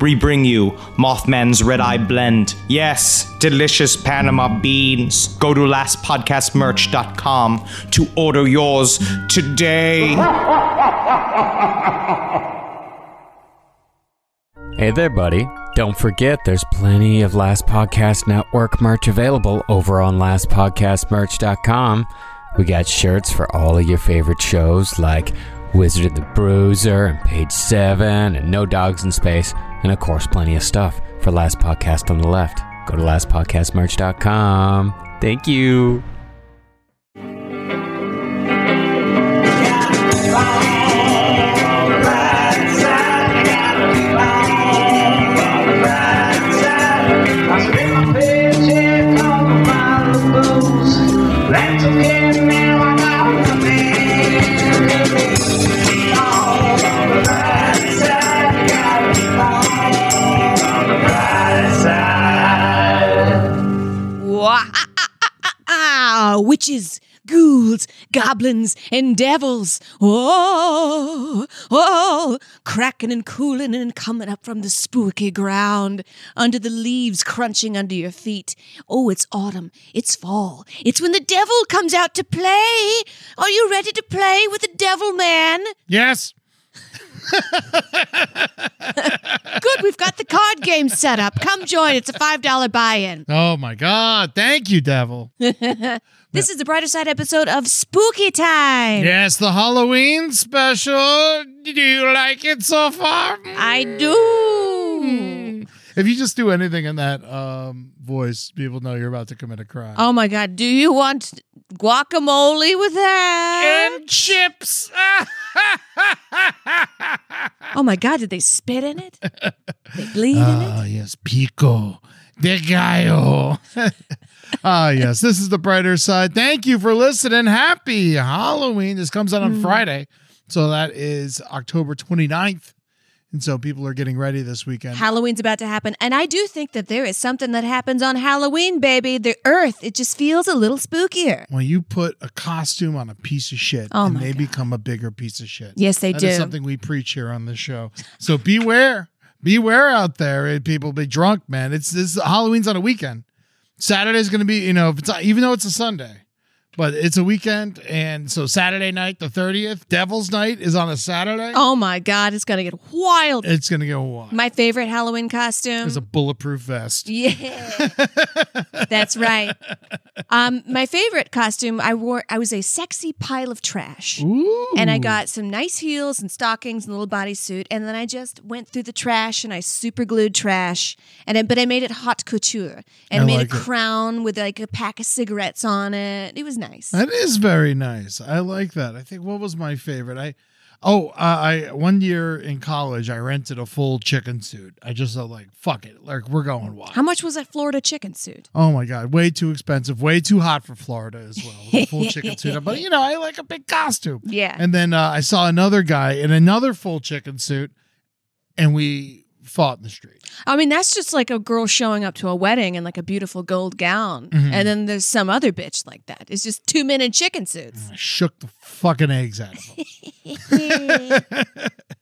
we bring you Mothman's Red Eye Blend. Yes, delicious Panama beans. Go to lastpodcastmerch.com to order yours today. Hey there, buddy. Don't forget, there's plenty of Last Podcast Network merch available over on lastpodcastmerch.com. We got shirts for all of your favorite shows like Wizard of the Bruiser and Page 7 and No Dogs in Space, and of course, plenty of stuff for Last Podcast on the Left. Go to lastpodcastmerch.com. Thank you. witches, ghouls, goblins, and devils. Oh, oh, cracking and cooling and coming up from the spooky ground, under the leaves crunching under your feet. Oh, it's autumn, it's fall, it's when the devil comes out to play. Are you ready to play with the devil man? Yes. Good, we've got the card game set up. Come join. It's a $5 buy in. Oh my God. Thank you, Devil. This is the Brighter Side episode of Spooky Time. yes, the Halloween special. Do you like it so far? I do. If you just do anything in that um, voice, people know you're about to commit a crime. Oh my God. Do you want guacamole with that? And chips. oh my God. Did they spit in it? they bleed in it? Ah, yes, Pico de Gallo. Ah, yes, this is the brighter side. Thank you for listening. Happy Halloween. This comes out on Mm. Friday. So that is October 29th. And so people are getting ready this weekend. Halloween's about to happen. And I do think that there is something that happens on Halloween, baby. The earth, it just feels a little spookier. when you put a costume on a piece of shit Oh and my they God. become a bigger piece of shit. Yes, they That is do. something we preach here on this show. So beware, beware out there, eh, people. Be drunk, man. It's this Halloween's on a weekend. Saturday's going to be, you know, if it's even though it's a Sunday, but it's a weekend, and so Saturday night, the thirtieth, Devil's Night is on a Saturday. Oh my God. It's going to get wild. It's going to go wild. My favorite Halloween costume. There's a bulletproof vest. Yeah, that's right. Um, my favorite costume I wore. I was a sexy pile of trash, Ooh. and I got some nice heels and stockings and a little bodysuit, and then I just went through the trash and I super glued trash, and I, but I made it hot couture and I made like a it. crown with like a pack of cigarettes on it. It was nice. That is very nice. I like that. I think what was my favorite? I oh, uh, I one year in college I rented a full chicken suit. I just thought like fuck it, like we're going wild. How much was that Florida chicken suit? Oh my god, way too expensive, way too hot for Florida as well. The full chicken suit, but you know I like a big costume. Yeah. And then uh, I saw another guy in another full chicken suit, and we fought in the street. I mean, that's just like a girl showing up to a wedding in like a beautiful gold gown. Mm-hmm. And then there's some other bitch like that. It's just two men in chicken suits. I shook the fucking eggs out of them.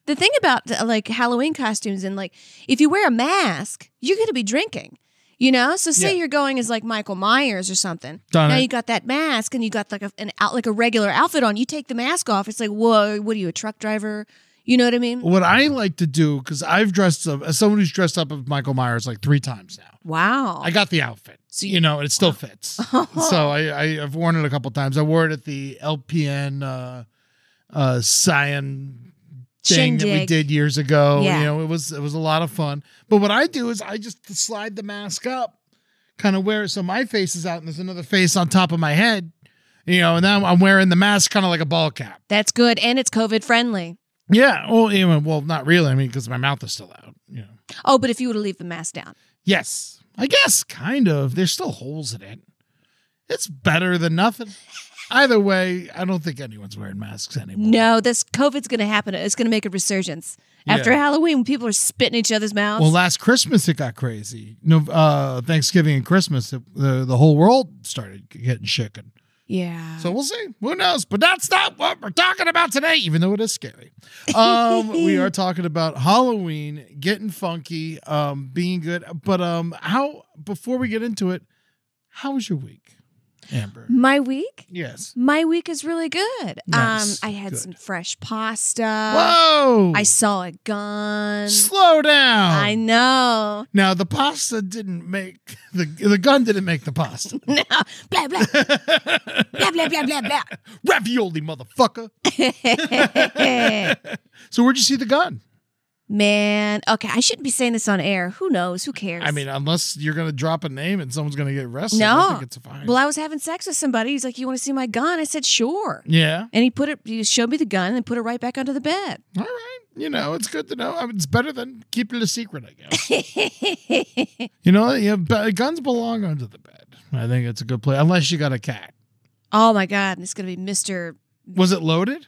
The thing about uh, like Halloween costumes and like if you wear a mask, you're going to be drinking. You know, so say Yeah. you're going as like Michael Myers or something. Done now it. you got that mask and you got like a, an out like a regular outfit on. You take the mask off, it's like, whoa, what are you, a truck driver? You know what I mean? What I like to do, because I've dressed up as someone who's dressed up as Michael Myers like three times now. Wow. I got the outfit, So you know, and it still fits. so I, I, I've worn it a couple times. I wore it at the LPN uh, uh, Cyan thing that we Shindig. did years ago. Yeah. You know, it was it was a lot of fun. But what I do is I just slide the mask up, kind of wear it so my face is out, and there's another face on top of my head. You know, and now I'm wearing the mask kind of like a ball cap. That's good. And it's COVID friendly. Yeah. Well, you know, well, not really. I mean, because my mouth is still out. You know. Oh, but if you were to leave the mask down. Yes, I guess kind of. There's still holes in it. It's better than nothing. Either way, I don't think anyone's wearing masks anymore. No, this COVID's going to happen. It's going to make a resurgence. After Yeah. Halloween, people are spitting each other's mouths. Well, last Christmas it got crazy. No, uh, Thanksgiving and Christmas, it, the the whole world started getting shaken. yeah. So we'll see. Who knows? But that's not what we're talking about today, even though it is scary. Um, we are talking about Halloween, getting funky, um, being good. But um, how? Before we get into it, how was your week, Amber? my week? Yes. My week is really good. Nice. Um, I had Good. some fresh pasta. Whoa! Uh, I saw a gun. slow down. I know. now the pasta didn't make the the gun didn't make the pasta. No. Blah, blah. blah, blah, blah, blah, blah. Ravioli, motherfucker. so where'd you see the gun? Man. Okay, I shouldn't be saying this on air. Who knows? Who cares? I mean, unless you're gonna drop a name and someone's gonna get arrested, I no. think it's fine. Well, I was having sex with somebody. He's like, You want to see my gun? I said, Sure. yeah. And he put it, he showed me the gun and put it right back under the bed. All right. You know, it's good to know. I mean, it's better than keep it a secret, I guess. you know, yeah, but guns belong under the bed. I think it's a good play, unless you got a cat. Oh my God. It's going to be Mr. Was it loaded?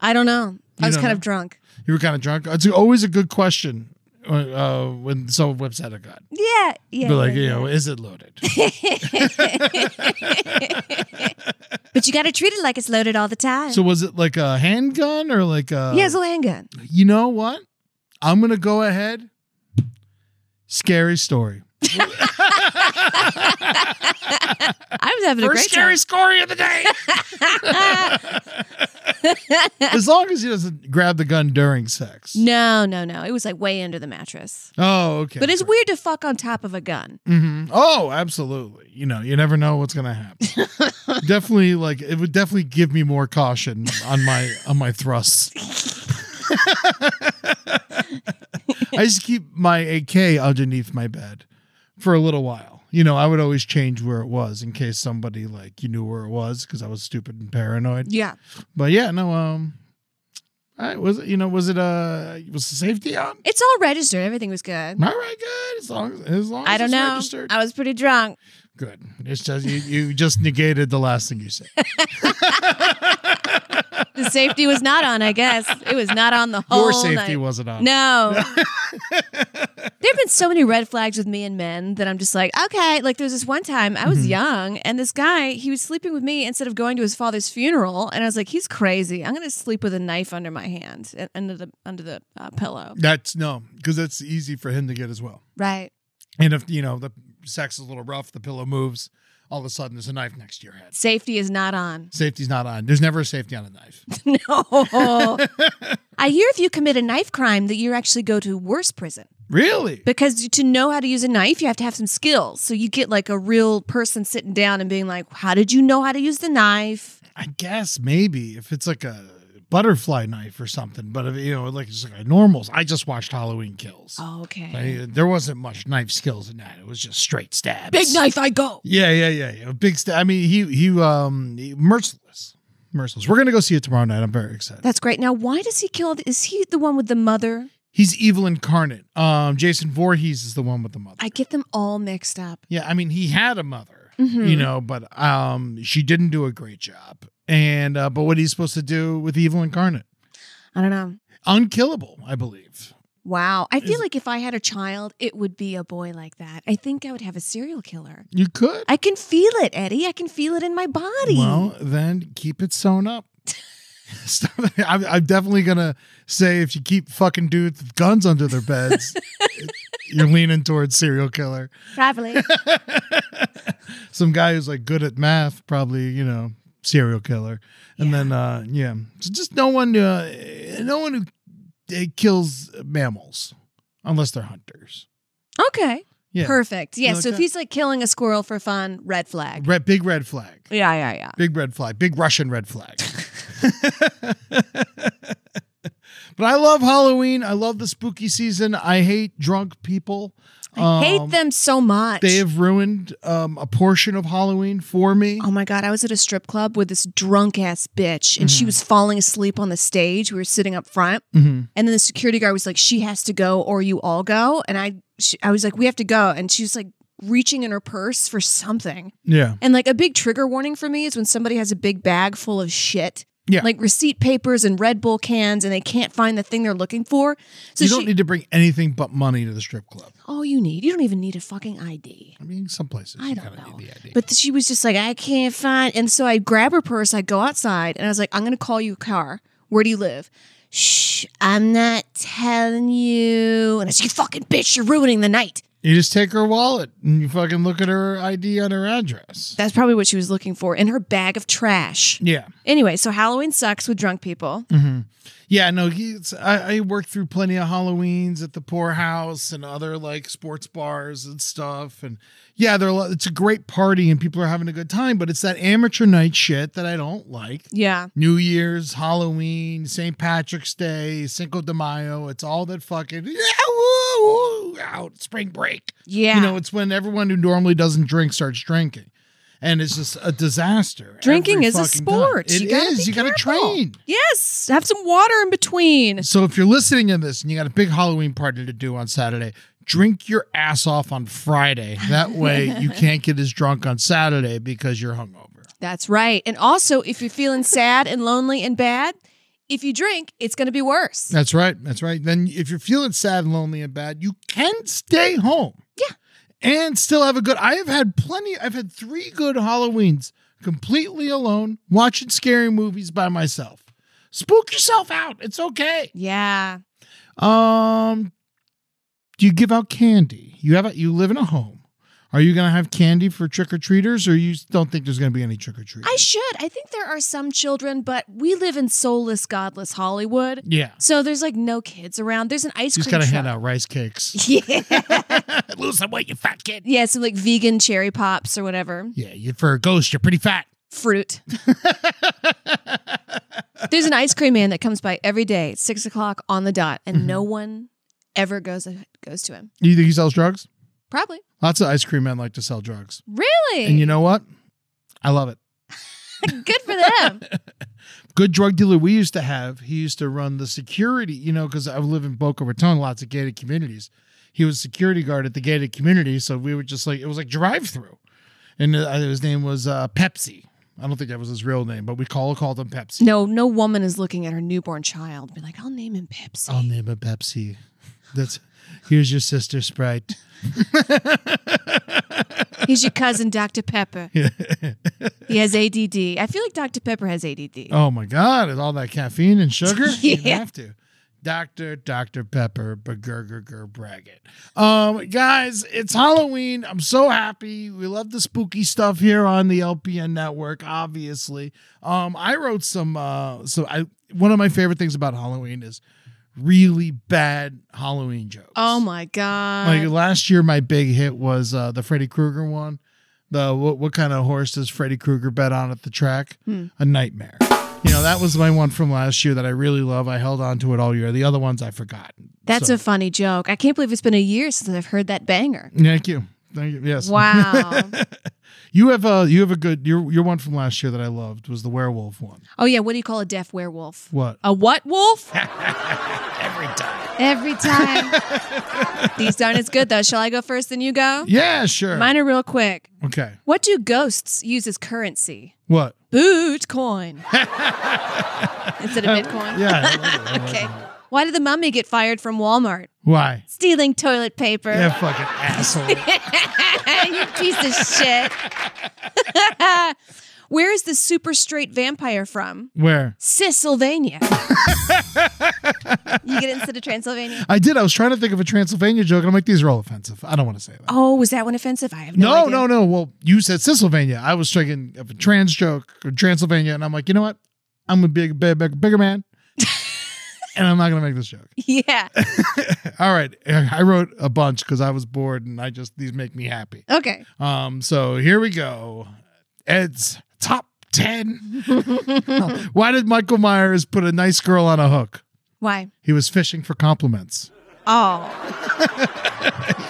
I don't know. I You was don't kind know? of drunk. You were kind of drunk. It's always a good question uh, when someone whips out a gun. Yeah. Yeah. but like, yeah, you yeah. know, is it loaded? But you got to treat it like it's loaded all the time. so uh, was it like a handgun or like a? yeah, it's a handgun. You know what? I'm gonna go ahead. Scary story. I was having a great First scary time. story of the day. as long as he doesn't grab the gun during sex. No, no, no. It was like way under the mattress. Oh, okay. But it's weird to fuck on top of a gun. hmm Oh, absolutely. You know, you never know what's gonna happen. definitely, like it would definitely give me more caution on my on my thrusts. I just keep my AK underneath my bed for a little while. You know, I would always change where it was in case somebody like you knew where it was because I was stupid and paranoid. Yeah. But yeah, no. Um, I was it. You know, was it uh was the safety on? It's all registered. Everything was good. All right, good. As long as, as long as I don't it's know. registered. I was pretty drunk. Good. It's just you, you just negated the last thing you said. The safety was not on, I guess. It was not on the whole Your safety night. wasn't on. No. there have been so many red flags with me and men that I'm just like, okay. Like there was this one time I was young and this guy, he was sleeping with me instead of going to his father's funeral. And I was like, he's crazy. I'm going to sleep with a knife under my hand, uh, under the, under the uh, pillow. That's no, because that's easy for him to get as well. Right. And if you know the sex is a little rough, the pillow moves. All of a sudden, there's a knife next to your head. Safety is not on. Safety's not on. There's never a safety on a knife. No. I hear if you commit a knife crime that you actually go to worse prison. Really? Because to know how to use a knife, you have to have some skills. So you get like a real person sitting down and being like, How did you know how to use the knife? I guess maybe if it's like a butterfly knife or something. But if, you know, like just like a normal. I just watched Halloween Kills. Oh, okay. I- there wasn't much knife skills in that. It was just straight stabs. Big knife, I go. Yeah, yeah, yeah, yeah. Big. St- I mean, he he um he- merciless, merciless. We're gonna go see it tomorrow night. I'm very excited. That's great. Now, why does he kill? Is he the one with the mother? He's evil incarnate. Um, Jason Voorhees is the one with the mother. I get them all mixed up. Mm-hmm. yeah, I mean, he had a mother, Hmm. you know, but um, she didn't do a great job. And uh, but what he's supposed to do with evil incarnate? I don't know. Unkillable, I believe. Wow. I feel Is- like if I had a child, it would be a boy like that. I think I would have a serial killer. You could. I can feel it, Eddie. I can feel it in my body. Well, then keep it sewn up. Stop it. I'm, I'm definitely gonna say if you keep fucking dudes with guns under their beds, you're leaning towards serial killer. Probably. Some guy who's like good at math, probably you know serial killer. And then uh yeah, so just no one, uh, no one who uh, kills mammals unless they're hunters. okay. Yeah, Perfect. Yeah. like so if that? he's like killing a squirrel for fun, red flag. Red, big red flag. yeah, yeah, yeah. Big red flag. Big Russian red flag. but I love Halloween. I love the spooky season. I hate drunk people. I Um, hate them so much. They have ruined um, a portion of Halloween for me. Oh my God, I was at a strip club with this drunk ass bitch and Mm-hmm. she was falling asleep on the stage. We were sitting up front. Mhm. And then the security guard was like, she has to go or you all go. And I, she, I was like, we have to go. And she was like reaching in her purse for something. Yeah. And like a big trigger warning for me is when somebody has a big bag full of shit. Yeah. Like receipt papers and Red Bull cans and they can't find the thing they're looking for. So you she, don't need to bring anything but money to the strip club. all you need, you don't even need a fucking ID. I mean, some places I you don't kinda know. need the ID. But she was just like, I can't find. And so I grab her purse. I go outside and I was like, I'm going to call you a car. Where do you live? Shh, I'm not telling you. And I said, You fucking bitch, you're ruining the night. you just take her wallet and you fucking look at her ID on her address. That's probably what she was looking for in her bag of trash. yeah. Anyway, so Halloween sucks with drunk people. Mm. Yeah, no, he's, I, I worked through plenty of Halloweens at the poorhouse and other like sports bars and stuff. And yeah, they're, a lot- it's a great party and people are having a good time, but it's that amateur night shit that I don't like. Yeah. New Year's, Halloween, St. Patrick's Day, Cinco de Mayo. It's all that fucking yeah, woo, woo, out spring break. Yeah. You know, it's when everyone who normally doesn't drink starts drinking. And it's just a disaster. Drinking every is a fucking time. sport. It You gotta is. be you gotta careful. train. yes. Have some water in between. So if you're listening to this and you got a big Halloween party to do on Saturday, drink your ass off on Friday. That way you can't get as drunk on Saturday because you're hungover. That's right. And also, if you're feeling sad and lonely and bad, if you drink, it's going to be worse. That's right. That's right. Then if you're feeling sad and lonely and bad, you can stay home. Yeah. And still have a good I have had plenty I've had 3 good Halloweens completely alone watching scary movies by myself. Spook yourself out. It's okay. Yeah. Um, do you give out candy? You have a, you live in a home. Are you gonna have candy for trick or treaters, or you don't think there's gonna be any trick or treaters? I should. I think there are some children, but we live in soulless, godless Hollywood. yeah, So there's like no kids around. There's an ice you just cream gotta truck. hand out rice cakes. Yeah. Lose some weight, you fat kid. yeah, so like vegan cherry pops or whatever. Yeah, you for a ghost, you're pretty fat. Fruit. There's an ice cream man that comes by every day at six o'clock on the dot, and no one ever goes uh, goes to him. You think he sells drugs? Probably. Lots of ice cream men like to sell drugs, Really? and you know what? I love it. Good for them. good drug dealer we used to have, he used to run the security, you know, because I live in Boca Raton, lots of gated communities. He was security guard at the gated community. So we were just like, it was like drive through. And uh, his name was uh, Pepsi. I don't think that was his real name, but we call called him Pepsi. no, no woman is looking at her newborn child, be like, I'll name him Pepsi. I'll name him Pepsi. That's here's your sister Sprite. He's your cousin, Dr. Pepper. he has ADD. I feel like Dr. Pepper has ADD. Oh my God, with all that caffeine and sugar? You Yeah. have to. Dr. Dr. Pepper, Bagurgur Braggett. Um, guys, it's Halloween. I'm so happy. We love the spooky stuff here on the LPN network, obviously. Um, I wrote some uh so I one of my favorite things about Halloween is really bad Halloween jokes. Oh my god! Like last year, my big hit was uh, the Freddy Krueger one. The what, what kind of horse does Freddy Krueger bet on at the track? Hmm. A nightmare. You know that was my one from last year that I really love. I held on to it all year. The other ones I forgot. That's so- a funny joke. I can't believe it's been a year since I've heard that banger. Thank you. Thank you. Yes. Wow. You have a you have a good your your one from last year that I loved was the werewolf one. oh yeah, what do you call a deaf werewolf? What? A what wolf? Every time. Every time. These aren't as good though. Shall I go first? Then you go. Yeah, sure. Mine are real quick. okay. What do ghosts use as currency? What? Boot coin. Instead of Bitcoin. Um, Yeah. I love it. Okay. Why did the mummy get fired from Walmart? Why? Stealing toilet paper. Yeah, fucking asshole. you piece of shit. Where is the super straight vampire from? Where? Sicylvania. You get it instead of Transylvania. I did. I was trying to think of a Transylvania joke, and I'm like, these are all offensive. I don't want to say that. Oh, was that one offensive? I have no no, idea. no, no. Well, you said Sylvania. I was thinking of a trans joke or Transylvania, and I'm like, you know what? I'm a big, big, big bigger man, and I'm not gonna make this joke. Yeah. All right, I wrote a bunch because I was bored, and I just these make me happy. Okay. Um, so here we go. Ed's top ten. Why did Michael Myers put a nice girl on a hook? Why? He was fishing for compliments. Oh,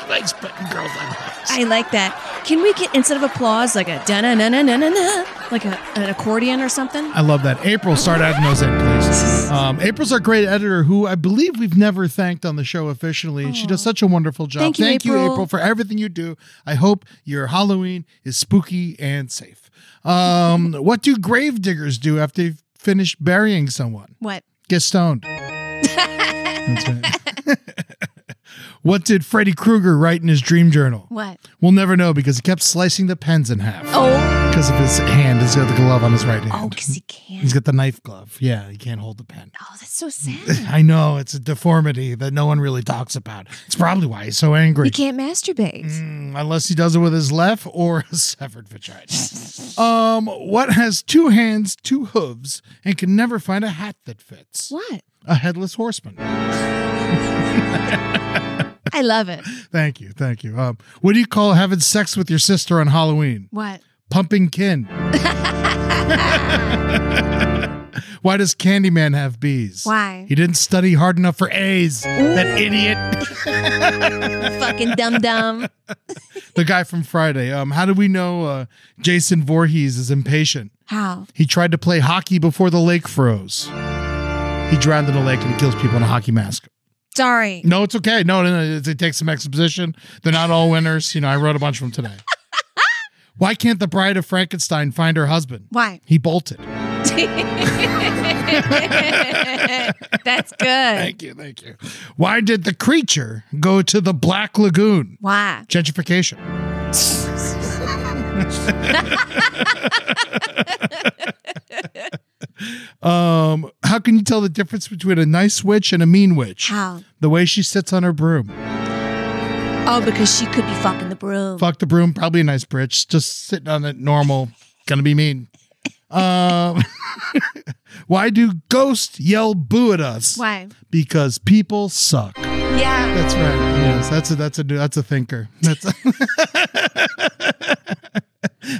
Nice putting girls on hooks. I like that. Can we get instead of applause like a da na na na na na na, like a, an accordion or something? I love that. April, start adding those in, please. Um, April's our great editor, who I believe we've never thanked on the show officially, and she does such a wonderful job. Thank you, April. for everything you do. I hope your Halloween is spooky and safe. Um, what do grave diggers do after they've finished burying someone? What? Get stoned. That's right. what did Freddy Krueger write in his dream journal? What? We'll never know because he kept slicing the pens in half. Oh, Because of his hand, he's got the glove on his right hand. oh, because he He's can't. got the knife glove. Yeah, he can't hold the pen. Oh, that's so sad. I know it's a deformity that no one really talks about. It's probably why he's so angry. He can't masturbate. Mm, Unless he does it with his left or a severed vagina. um, what has two hands, two hooves, and can never find a hat that fits? What? A headless horseman. I love it. Thank you, thank you. Um, what do you call having sex with your sister on Halloween? What? Pumping kin. Why does Candyman have B's? Why? He didn't study hard enough for A's. That idiot. Fucking dum dum. the guy from Friday. Um, how do we know uh, Jason Voorhees is impatient? How? He tried to play hockey before the lake froze. He drowned in a lake and he kills people in a hockey mask. Sorry. No, it's okay. No, no, no. It, it takes some exposition. They're not all winners. You know, I wrote a bunch of them today. Why can't the bride of Frankenstein find her husband? Why? He bolted. That's good. Thank you. Thank you. Why did the creature go to the Black Lagoon? Why? Gentrification. um, how can you tell the difference between a nice witch and a mean witch? How? The way she sits on her broom. Oh, because she could be fucking the broom. Fuck the broom, probably a nice bitch. Just sitting on it normal, gonna be mean. Um, why do ghosts yell boo at us? Why? Because people suck. Yeah. That's right. Yes, that's a that's a that's a thinker. That's a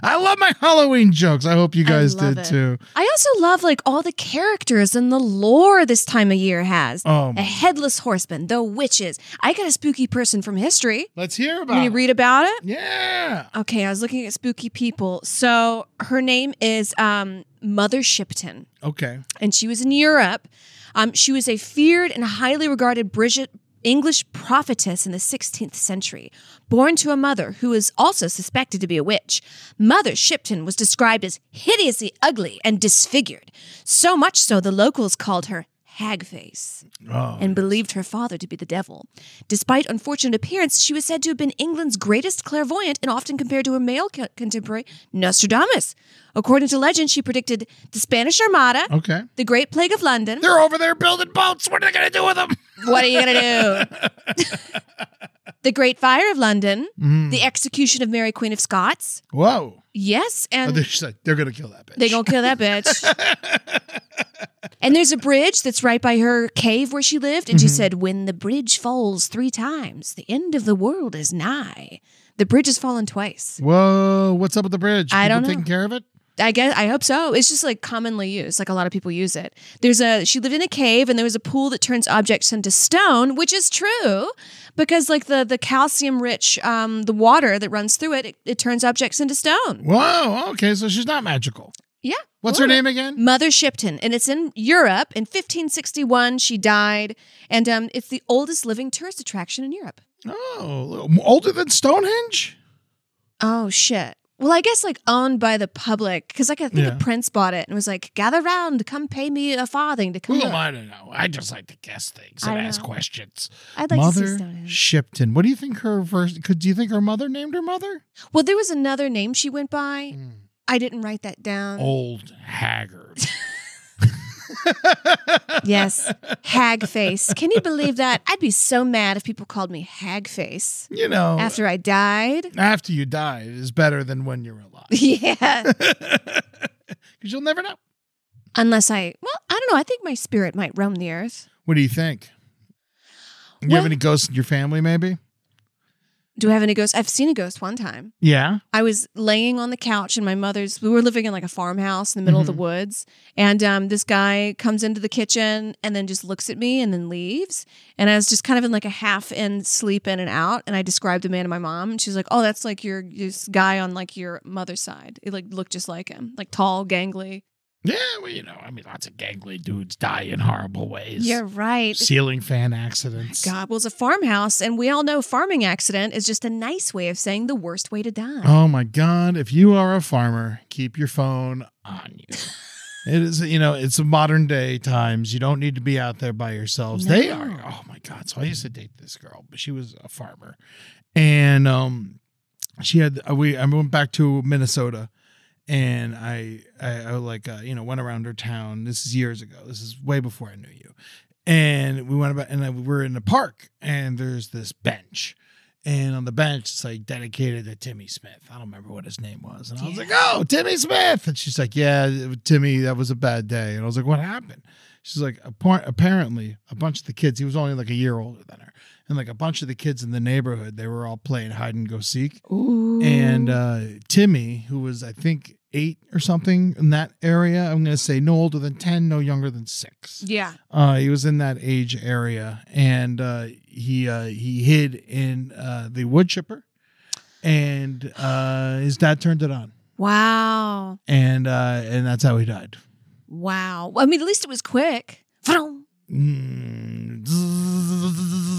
I love my Halloween jokes. I hope you guys love did it. too. I also love like all the characters and the lore this time of year has. Oh, my- a headless horseman, the witches. I got a spooky person from history. Let's hear about When you it. read about it? Um, yeah. Okay, I was looking at spooky people. So her name is um, Mother Shipton, Okay. and she was in Europe. Um, she was a feared and highly regarded Bridget English prophetess in the 16th century, born to a mother who is also suspected to be a witch. Mother Shipton was described as hideously ugly and disfigured, so much so the locals called her Hagface Oh. and believed her father to be the devil. Despite unfortunate appearance, she was said to have been England's greatest clairvoyant and often compared to her male co- contemporary Nostradamus. According to legend, she predicted the Spanish Armada, Okay. the Great Plague of London. They're over there building boats. What are they gonna do with them? What are you going to do? Mm. the Great Fire of London, the execution of Mary Queen of Scots. Whoa. Yes, Oh, and they're, just like, they're gonna kill that bitch. They gonna kill that bitch. and there's a bridge that's right by her cave where she lived, and she said, "When the bridge falls three times, the end of the world is nigh." The bridge has fallen twice. Whoa. What's up with the bridge? I People don't know. Taking care of it. I guess I hope so. It's just like commonly used, like a lot of people use it. There's a she lived in a cave, and there was a pool that turns objects into stone, which is true because like the the calcium rich um, the water that runs through it, it, it turns objects into stone. Whoa. Okay. So she's not magical. Yeah. What's Well, her name again? Mother Shipton, and it's in Europe. In 1561, she died, and um, it's the oldest living tourist attraction in Europe. Oh, older than Stonehenge. Oh shit! Well, I guess like owned by the public because like I think Yeah. the prince bought it and was like, "Gather round, come pay me a farthing to come." Who look." am I to know? I just like to guess things I and don't ask know. questions. I'd like to see mother Stonehenge. Shipton. What do you think her first? Could do you think her mother named her mother? Well, there was another name she went by. I didn't write that down. Old Haggard. Yes, Hagface. Can you believe that? I'd be so mad if people called me Hagface you know, after after I died. after you die is better than when you're alive Yeah, because you'll never know. unless I. Well, I don't know. I think my spirit might roam the earth. What do you think? You have Well- any ghosts in your family? Maybe. Do I have any ghosts? I've seen a ghost one time. Yeah. I was laying on the couch in my mother's. We were living in like a farmhouse in the middle of the woods, and um, this guy comes into the kitchen and then just looks at me and then leaves. And I was just kind of in like a half in sleep, in and out. And I described the man to my mom, and she's like, "Oh, that's like your this guy on like your mother's side. It like looked just like him, like tall, gangly." Yeah. Well, you know, I mean, lots of gangly dudes die in horrible ways. You're right. Ceiling fan accidents. God, well, it's a farmhouse, and we all know farming accident is just a nice way of saying the worst way to die. Oh my God. If you are a farmer, keep your phone on you. it is, you know, it's modern day times. You don't need to be out there by yourselves. They No. are. Oh my God. So I used to date this girl, but she was a farmer. And um, she had, uh, we, I went back to Minnesota and I, I, I like, uh, you know, went around her town. This is years ago. This is way before I knew you. And we went about, and I, we were in the park and there's this bench and on the bench it's like dedicated to Timmy Smith. I don't remember what his name was, and I was like, "Oh, Timmy Smith!" And she's like, "Yeah, Timmy, that was a bad day." And I was like, "What happened?" She's like, "Appar- "Apparently, a bunch of the kids. He was only like a year older than her, and like a bunch of the kids in the neighborhood, they were all playing hide and go seek, and uh, Timmy, who was I think eight or something in that area, I'm gonna say no older than ten, no younger than six. Yeah. Uh, he was in that age area, and uh, he uh, he hid in uh, the wood chipper, and uh, his dad turned it on, Wow. and uh, and that's how he died. Wow. I mean, at least it was quick. Vroom. Mm.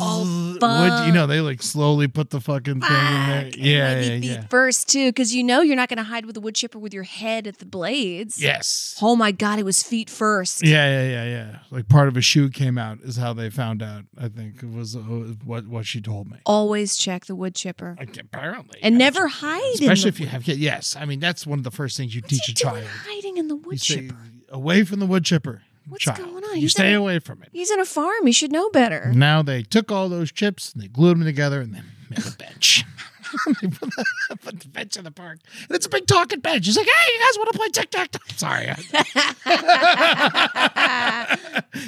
Oh, Wood- you fuck. know they like slowly put the fucking thing in there. Fuck. Yeah, And yeah, maybe yeah. feet First, too, because you know you're not going to hide with a wood chipper with your head at the blades. Yes. Oh my God, it was feet first. Yeah, yeah, yeah, yeah. Like part of a shoe came out is how they found out. I think it was uh, what what she told me. Always check the wood chipper Like, apparently, and yeah. never hide. in especially the- if you have kids. Yes, I mean that's one of the first things you What's teach he a doing child. hiding in the wood You say, chipper? away from the wood chipper. What's child. going on? You He's stay in a- away from it. He's in a farm. He should know better. Now they took all those chips and they glued them together and they made a bench. they put the, put the bench in the park. And it's a big talking bench. He's like, hey, you guys want to play tic tac toe? Sorry.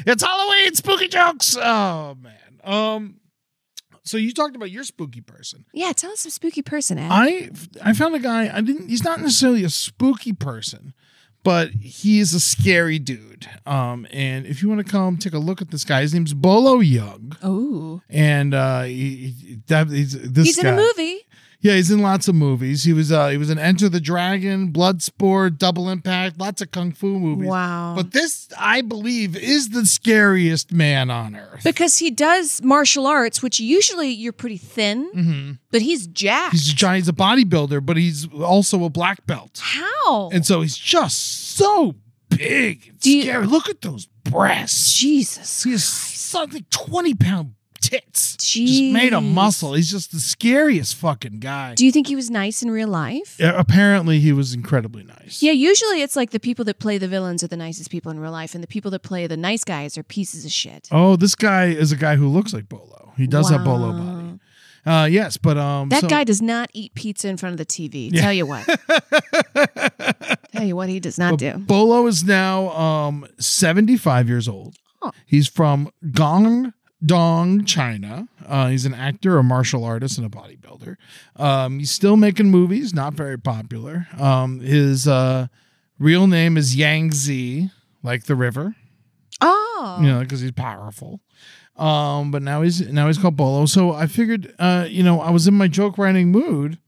it's Halloween, spooky jokes. Oh man. Um so you talked about your spooky person. Yeah, tell us some spooky person, Ed. I I found a guy. I didn't. He's not necessarily a spooky person, but he is a scary dude. Um, and if you want to come take a look at this guy, his name's Bolo Young, oh, and uh, he, he- that, he's this he's in a guy- movie. Yeah, he's in lots of movies. He was uh, he was in Enter the Dragon, Bloodsport, Double Impact, lots of kung fu movies. Wow. But this, I believe, is the scariest man on earth. because he does martial arts, which usually you're pretty thin, but he's jacked. Mm. Mm-hmm. He's a giant, he's a bodybuilder, but he's also a black belt. How? And so he's just so big and Do you- scary. Look at those breasts. Jesus. He has something 20 pound tits. Jeez. Just made of muscle. He's just the scariest fucking guy. Do you think he was nice in real life? Yeah, Apparently, he was incredibly nice. Yeah, usually it's like the people that play the villains are the nicest people in real life, and the people that play the nice guys are pieces of shit. Oh, this guy is a guy who looks like Bolo. He does have Bolo body. Uh, yes, but um, That so- guy does not eat pizza in front of the TV. Tell you what. Tell you what he does not do. Bolo is now um 75 years old. He's from Gong Dong, China. Uh, he's an actor, a martial artist, and a bodybuilder. Um, he's still making movies, not very popular. Um, his uh, real name is Yang Zi, like the river, Oh. you know, because he's powerful. Um, but now he's now he's called Bolo. So I figured, uh, you know, I was in my joke writing mood,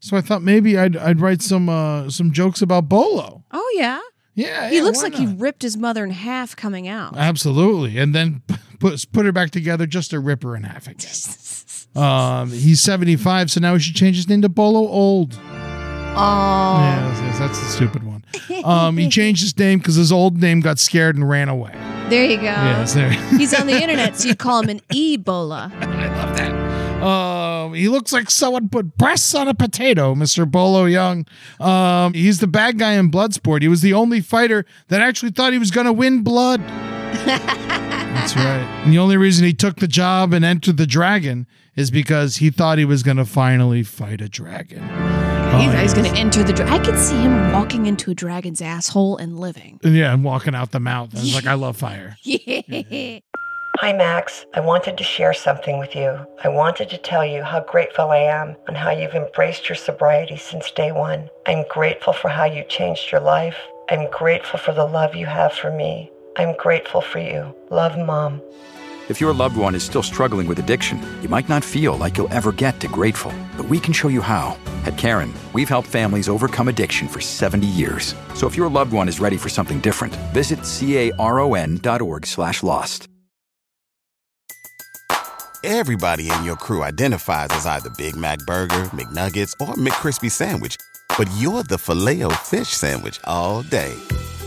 so I thought maybe I'd I'd write some uh, some jokes about Bolo. Oh, yeah. Yeah, He yeah, looks why like not? he ripped his mother in half coming out. Absolutely. And then p- put put her back together just to rip her in half again. um, he's 75, so now he should change his name to Bolo Old. Oh. Yes, yes, that's the stupid one. Um, he changed his name because his old name got scared and ran away. There you go. Yes, there. He's on the internet, so you call him an Ebola. I love that. Um, he looks like someone put breasts on a potato, Mr. Bolo Young. Um, he's the bad guy in Bloodsport. He was the only fighter that actually thought he was going to win blood. That's right. And the only reason he took the job and entered the dragon is because he thought he was going to finally fight a dragon. He's, Oh, he's going to enter the. Dra- I could see him walking into a dragon's asshole and living. And yeah, and walking out the mouth. I was like, I love fire. Yeah. Hi, Max. I wanted to share something with you. I wanted to tell you how grateful I am on how you've embraced your sobriety since day one. I'm grateful for how you changed your life. I'm grateful for the love you have for me. I'm grateful for you. Love, Mom. If your loved one is still struggling with addiction, you might not feel like you'll ever get to grateful, but we can show you how. At Karen, we've helped families overcome addiction for 70 years. So if your loved one is ready for something different, visit caron.org slash lost. Everybody in your crew identifies as either Big Mac Burger, McNuggets, or McCrispy Sandwich. But you're the filet fish Sandwich all day.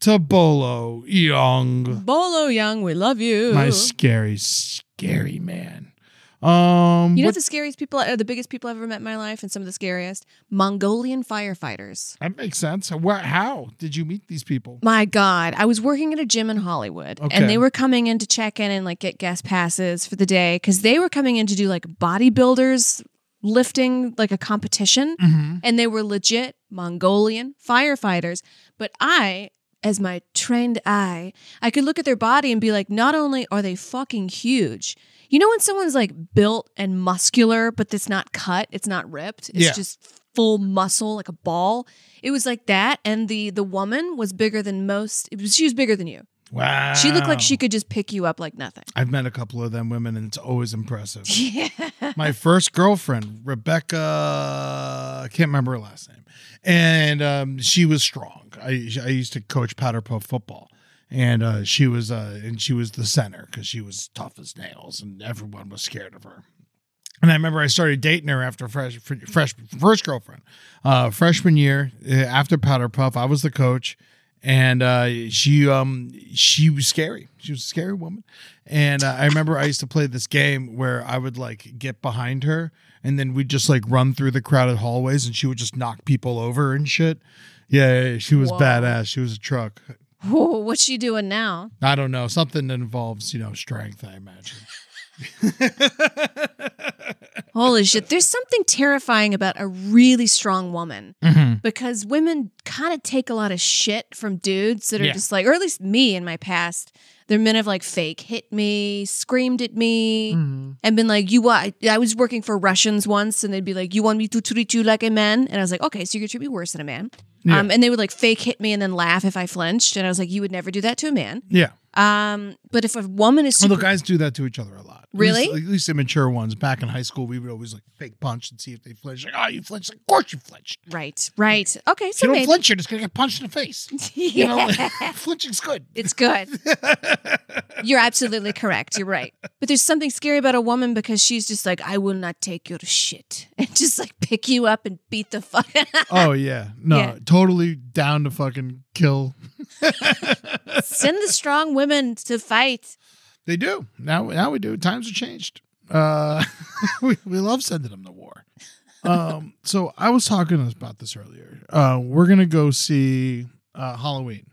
to Bolo Young. Bolo Young, we love you. My scary, scary man. Um, You know what- the scariest people, uh, the biggest people I've ever met in my life, and some of the scariest Mongolian firefighters. that makes sense. Where, how did you meet these people? My God, I was working at a gym in Hollywood, Okay. and they were coming in to check in and like get guest passes for the day because they were coming in to do like bodybuilders lifting like a competition, Mm-hmm. and they were legit Mongolian firefighters. But I, as my trained eye, I could look at their body and be like, not only are they fucking huge. You know when someone's like built and muscular, but it's not cut, it's not ripped, it's Yeah. just full muscle like a ball. It was like that, and the the woman was bigger than most. It was, she was bigger than you. Wow. She looked like she could just pick you up like nothing. I've met a couple of them women, and it's always impressive. Yeah. my first girlfriend, Rebecca, I can't remember her last name, and um, she was strong. I, I used to coach powder puff football, and uh, she was uh, and she was the center because she was tough as nails, and everyone was scared of her. And I remember I started dating her after fresh, fr- fresh first girlfriend, uh, freshman year uh, after powder puff. I was the coach, and uh, she um she was scary. She was a scary woman, and uh, I remember I used to play this game where I would like get behind her, and then we'd just like run through the crowded hallways, and she would just knock people over and shit. Yeah, yeah, yeah, she was badass. She was a truck. Whoa, what's she doing now? I don't know something that involves you know strength. I imagine. Holy shit. There's something terrifying about a really strong woman because women kind of take a lot of shit from dudes that are Yeah. just like, or at least me in my past. They're men of like fake hit me, screamed at me, Mm-hmm. and been like, you what? I was working for Russians once and they'd be like, you want me to treat you like a man? And I was like, okay, so you're going to treat me worse than a man. Um, and they would like fake hit me and then laugh if I flinched. And I was like, you would never do that to a man. Yeah. Um, but if a woman is Well, super the guys do that to each other a lot. At Really? least- At least, immature ones. Back in high school, we would always like fake punch and see if they flinch. Like, oh, you flinched. Like, of course you flinched. right, right, okay, If you so don't maybe flinch, you're just gonna get punched in the face. You know, like, flinching's good. It's good. You're absolutely correct. You're right. But there's something scary about a woman because she's just like, I will not take your shit. And just like pick you up and beat the fuck Oh yeah, no, Yeah. totally down to fucking kill. Send the strong women to fight. They do now. Now we do. Times are changed. Uh, we we love sending them to war. Um, so I was talking about this earlier. Uh, we're gonna go see uh, Halloween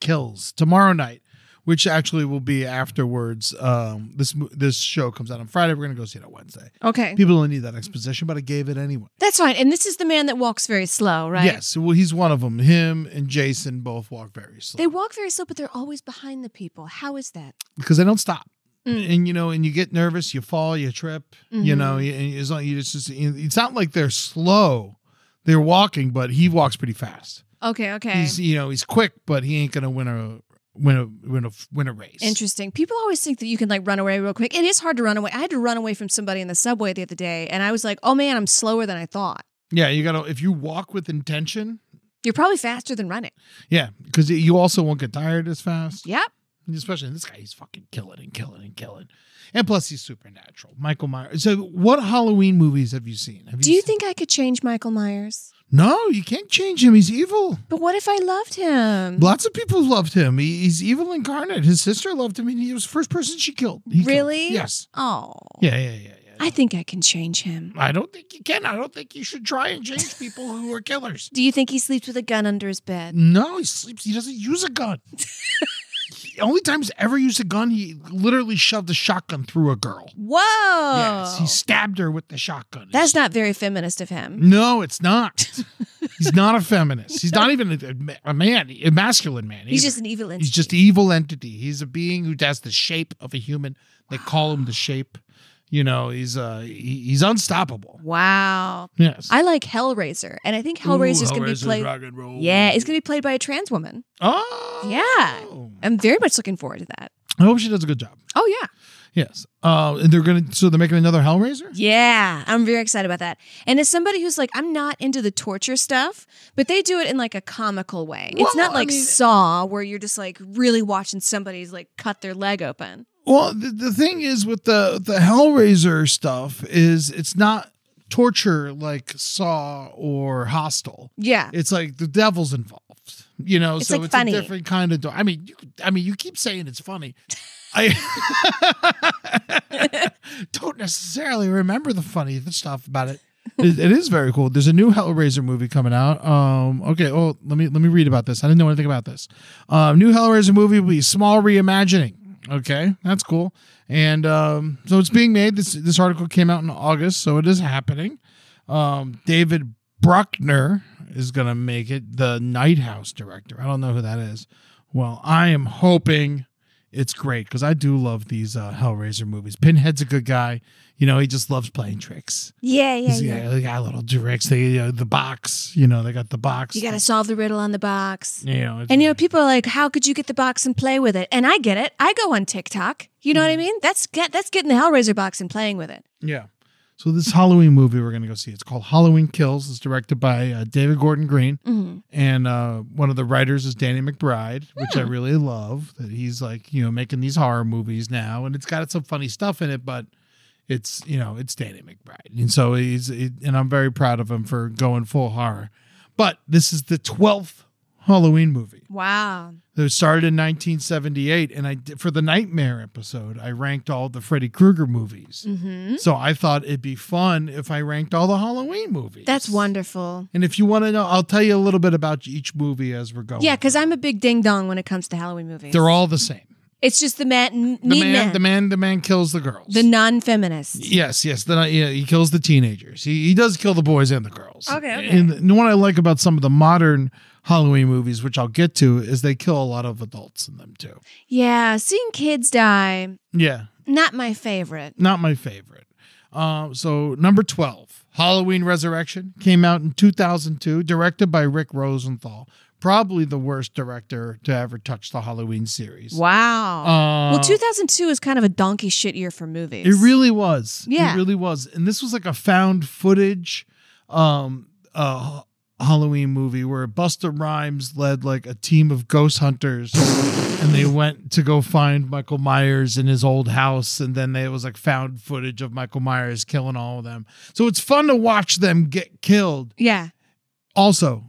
Kills tomorrow night, which actually will be afterwards. Um, this mo- this show comes out on Friday. We're gonna go see it on Wednesday. Okay. People don't need that exposition, but I gave it anyway. That's fine. And this is the man that walks very slow, right? Yes, well, he's one of them. Him and Jason both walk very slow. They walk very slow, but they're always behind the people. How is that? Mm. because they don't stop. And you know, and you get nervous, you fall, you trip. You know, Mm-hmm. you- and it's not you just it's not like they're slow. They're walking, but he walks pretty fast. Okay, okay. He's you know he's quick, but he ain't gonna win a win a win a win a race. Interesting. People always think that you can like run away real quick. It is hard to run away. I had to run away from somebody in the subway the other day, and I was like, "Oh man, I'm slower than I thought." Yeah, you gotta if you walk with intention. You're probably faster than running. Yeah, because you also won't get tired as fast. Yep. Especially this guy, he's fucking killing and killing and killing, and plus he's supernatural. Michael Myers. So, what Halloween movies have you seen? Have Do you seen- think I could change Michael Myers? No, you can't change him. He's evil. But what if I loved him? Lots of people loved him. He, he's evil incarnate. His sister loved him, and he was the first person she killed. He killed. really? Yes. Oh. Yeah, yeah, yeah, yeah. I think I can change him. I don't think you can. I don't think you should try and change people who are killers. Do you think he sleeps with a gun under his bed? No, he sleeps. He doesn't use a gun. The Only times he ever used a gun, he literally shoved a shotgun through a girl. Whoa. Yes, he stabbed her with the shotgun. That's not very feminist of him. no, it's not. He's not a feminist. He's not even a- a, ma- a man, a masculine man. He's either. just an evil entity. He's just evil entity. He's a being who has the shape of a human. They call him the shape. You know, he's uh he, he's unstoppable. wow. Yes. I like Hellraiser, and I think Hellraiser's Ooh, going to be Hellraiser's played. rock and roll. Yeah, it's going to be played by a trans woman. Oh. Yeah. I'm very much looking forward to that. I hope she does a good job. Oh yeah. Yes. Uh and they're going to so they're making another Hellraiser? Yeah, I'm very excited about that. And as somebody who's like, I'm not into the torture stuff, but they do it in like a comical way. it's Well, not I like mean- Saw, where you're just like really watching somebody's like cut their leg open. Well, the, the thing is with the the Hellraiser stuff is it's not torture like Saw or Hostel. Yeah. It's like the devil's involved. You know, It's so like it's funny. a different kind of. do- I mean, you, I mean, you keep saying it's funny. I don't necessarily remember the funny stuff about it. It- it is very cool. There's a new Hellraiser movie coming out. Um, okay, oh, let me let me read about this. I didn't know anything about this. Um, new Hellraiser movie will be small reimagining. Okay, that's cool. And um, so it's being made. This this article came out in August, so it is happening. Um, David Bruckner is going to make it the Night House director. I don't know who that is. Well, I am hoping it's great because I do love these uh, Hellraiser movies. Pinhead's a good guy. You know, he just loves playing tricks. Yeah, yeah, He's- yeah, they got little tricks. They you know, the box. You know, they got the box. You got to solve the riddle on the box. You know, it's- And you know, people are like, "How could you get the box and play with it?" And I get it. I go on TikTok. You know what I mean? That's get that's getting the Hellraiser box and playing with it. Yeah. So this Halloween movie we're going to go see. It's called Halloween Kills. It's directed by uh, David Gordon Green, and uh, one of the writers is Danny McBride, which I really love. That he's like you know making these horror movies now, and it's got some funny stuff in it, but it's you know it's Danny McBride, and so he's it, and I'm very proud of him for going full horror. But this is the twelfth Halloween movie. Wow. It started in 1978, and I did, for the Nightmare episode, I ranked all the Freddy Krueger movies. Mm-hmm. So I thought it'd be fun if I ranked all the Halloween movies. That's wonderful. And if you want to know, I'll tell you a little bit about each movie as we're going. Yeah, because I'm a big ding dong when it comes to Halloween movies. they're all the same. It's just the man, The man, the man, the man kills the girls. the non-feminist. Yes, yes. Then I, yeah, he kills the teenagers. He, he does kill the boys and the girls. Okay, okay. And the one I like about some of the modern Halloween movies, which I'll get to, is they kill a lot of adults in them too. Yeah, seeing kids die, Yeah, not my favorite. not my favorite. Uh, so number twelve, Halloween Resurrection came out in two thousand two, directed by Rick Rosenthal, probably the worst director to ever touch the Halloween series. Wow. Uh, well, 2002 is kind of a donkey shit year for movies. It really was. Yeah. It really was. And this was like a found footage um uh Halloween movie where Busta Rhymes led like a team of ghost hunters and they went to go find Michael Myers in his old house and then they, it was like found footage of Michael Myers killing all of them. So it's fun to watch them get killed. Yeah. Also,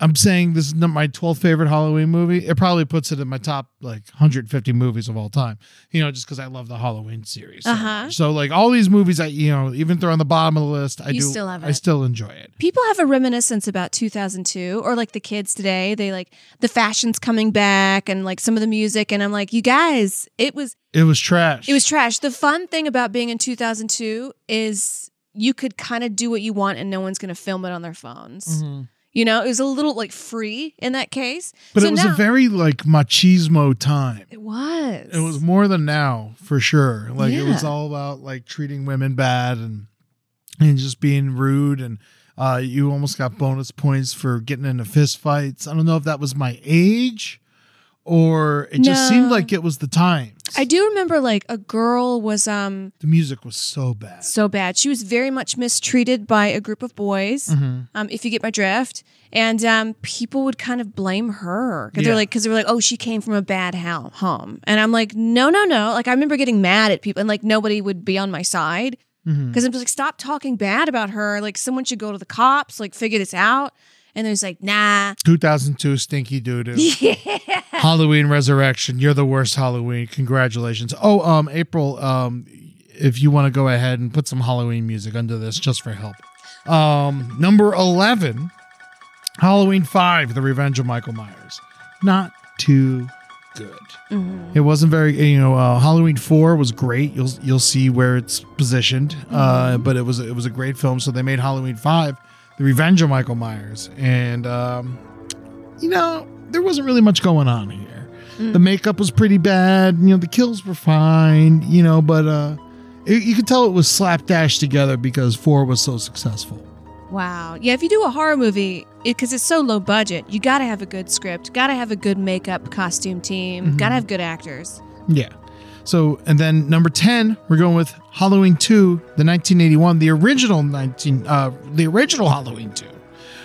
I'm saying this is not my 12th favorite Halloween movie. It probably puts it in my top like 150 movies of all time. You know, just because I love the Halloween series. so Uh-huh. much. So like all these movies, I you know even if they're on the bottom of the list, I You do still love I it. still enjoy it. People have a reminiscence about 2002 or like the kids today. They like the fashion's coming back and like some of the music and I'm like, "You guys, it was It was trash. it was trash." The fun thing about being in 2002 is you could kind of do what you want and no one's going to film it on their phones. You know, it was a little like free in that case. Mm-hmm. but So it was now- a very like machismo time. It was. It was more than now for sure. Like it was Yeah. all about like treating women bad and and just being rude and Uh, you almost got bonus points for getting into fist fights. I don't know if that was my age or it just seemed No. like it was the times. I do remember like a girl was um the music was so bad. so bad. She was very much mistreated by a group of boys. Mm-hmm. Um, if you get my drift, and um, people would kind of blame her. 'Cause Yeah. They're like, because they were like, oh, she came from a bad ho- home, and I'm like, no, no, no. Like I remember getting mad at people, and like nobody would be on my side Mm-hmm. because I'm just like, stop talking bad about her. Like someone should go to the cops. Like figure this out. And there's like, nah. 2002 Stinky Doo Doo. Halloween Resurrection. You're the worst Halloween. Congratulations. Oh, um, April, um, if you want to go ahead and put some Halloween music under this just for help. Um, number 11, Halloween 5, The Revenge of Michael Myers. Not too good. It wasn't very, you know, uh, Halloween 4 was great. You'll you'll see where it's positioned. Uh, but it was it was a great film, so they made Halloween 5, The Revenge of Michael Myers. And um, you know, there wasn't really much going on here. Mm. The makeup was pretty bad. You know, the kills were fine. You know, but uh, it, you could tell it was slapdash together because four was so successful. Wow. Yeah, if you do a horror movie, because it's so low budget, you got to have a good script, got to have a good makeup costume team, got to have good actors. Mm-hmm. Yeah. So, and then number ten, we're going with Halloween two, the nineteen eighty one, the original nineteen, uh, the original Halloween two,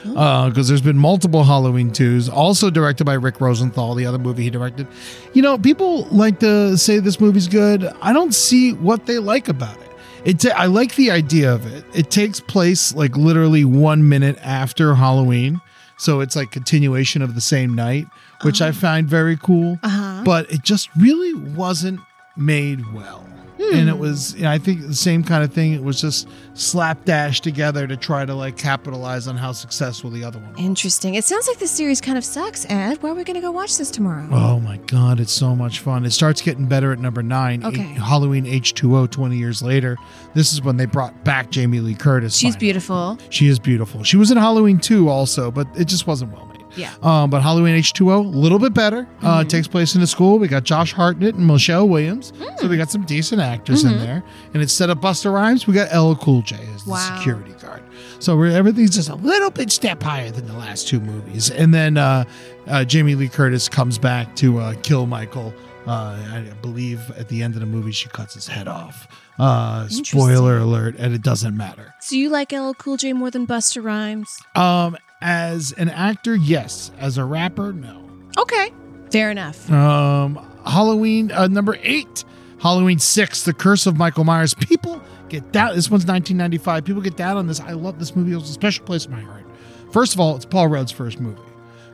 because Uh, there's been multiple Halloween twos, also directed by Rick Rosenthal, the other movie he directed. You know, people like to say this movie's good. I don't see what they like about it. It ta- I like the idea of it. It takes place like literally one minute after Halloween. So it's like continuation of the same night, which I find very cool. But it just really wasn't made well. And it was, you know, I think, the same kind of thing. It was just slapdash together to try to like capitalize on how successful the other one. was. Interesting. It sounds like this series kind of sucks, Ed. Where are we going to go watch this tomorrow? Oh my God, it's so much fun. It starts getting better at number nine, Okay. H- Halloween H2O 20 years later. This is when they brought back Jamie Lee Curtis. She's finally. beautiful. She is beautiful. She was in Halloween 2 also, but it just wasn't well made. Yeah. Mm-hmm. Um, but Halloween H2O, a little bit better. Uh, it takes place in a school. We got Josh Hartnett and Michelle Williams. So we got some decent actors Mm-hmm. in there. And instead of Buster Rhymes, we got LL Cool J as the Wow. security guard. So we're, everything's just a little bit step higher than the last two movies. And then uh, uh, Jamie Lee Curtis comes back to uh, kill Michael. Uh, I believe at the end of the movie, she cuts his head off. Uh, spoiler alert, and it doesn't matter. So you like LL Cool J more than Buster Rhymes? Um, as an actor, yes. As a rapper, no. Okay. Fair enough. Um, Halloween uh, number eight, Halloween six, The Curse of Michael Myers. People get down. This one's 1995. People get down on this. I love this movie. It was a special place in my heart. First of all, it's Paul Rudd's first movie,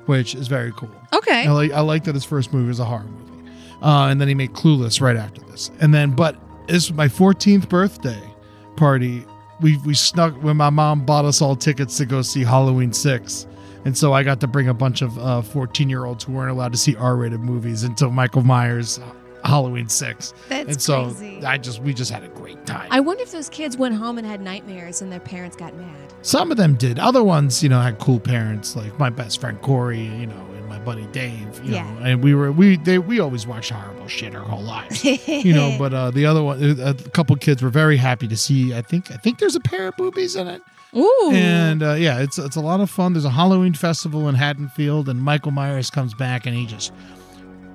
which is very cool. Okay. I like, I like that his first movie was a horror movie. Uh, and then he made Clueless right after this. And then, but this was my 14th birthday party. We, we snuck when my mom bought us all tickets to go see Halloween 6. And so I got to bring a bunch of 14 year olds who weren't allowed to see R rated movies until Michael Myers Halloween 6. That's and so crazy. I just, we just had a great time. I wonder if those kids went home and had nightmares and their parents got mad. Some of them did. Other ones, you know, had cool parents, like my best friend Corey, you know, and my buddy Dave. You Yeah. know, and we were we they we always watched horrible shit our whole lives, you know. But uh, the other one, a couple kids were very happy to see. I think I think there's a pair of boobies in it, Ooh. and uh, yeah, it's it's a lot of fun. There's a Halloween festival in Haddonfield, and Michael Myers comes back and he just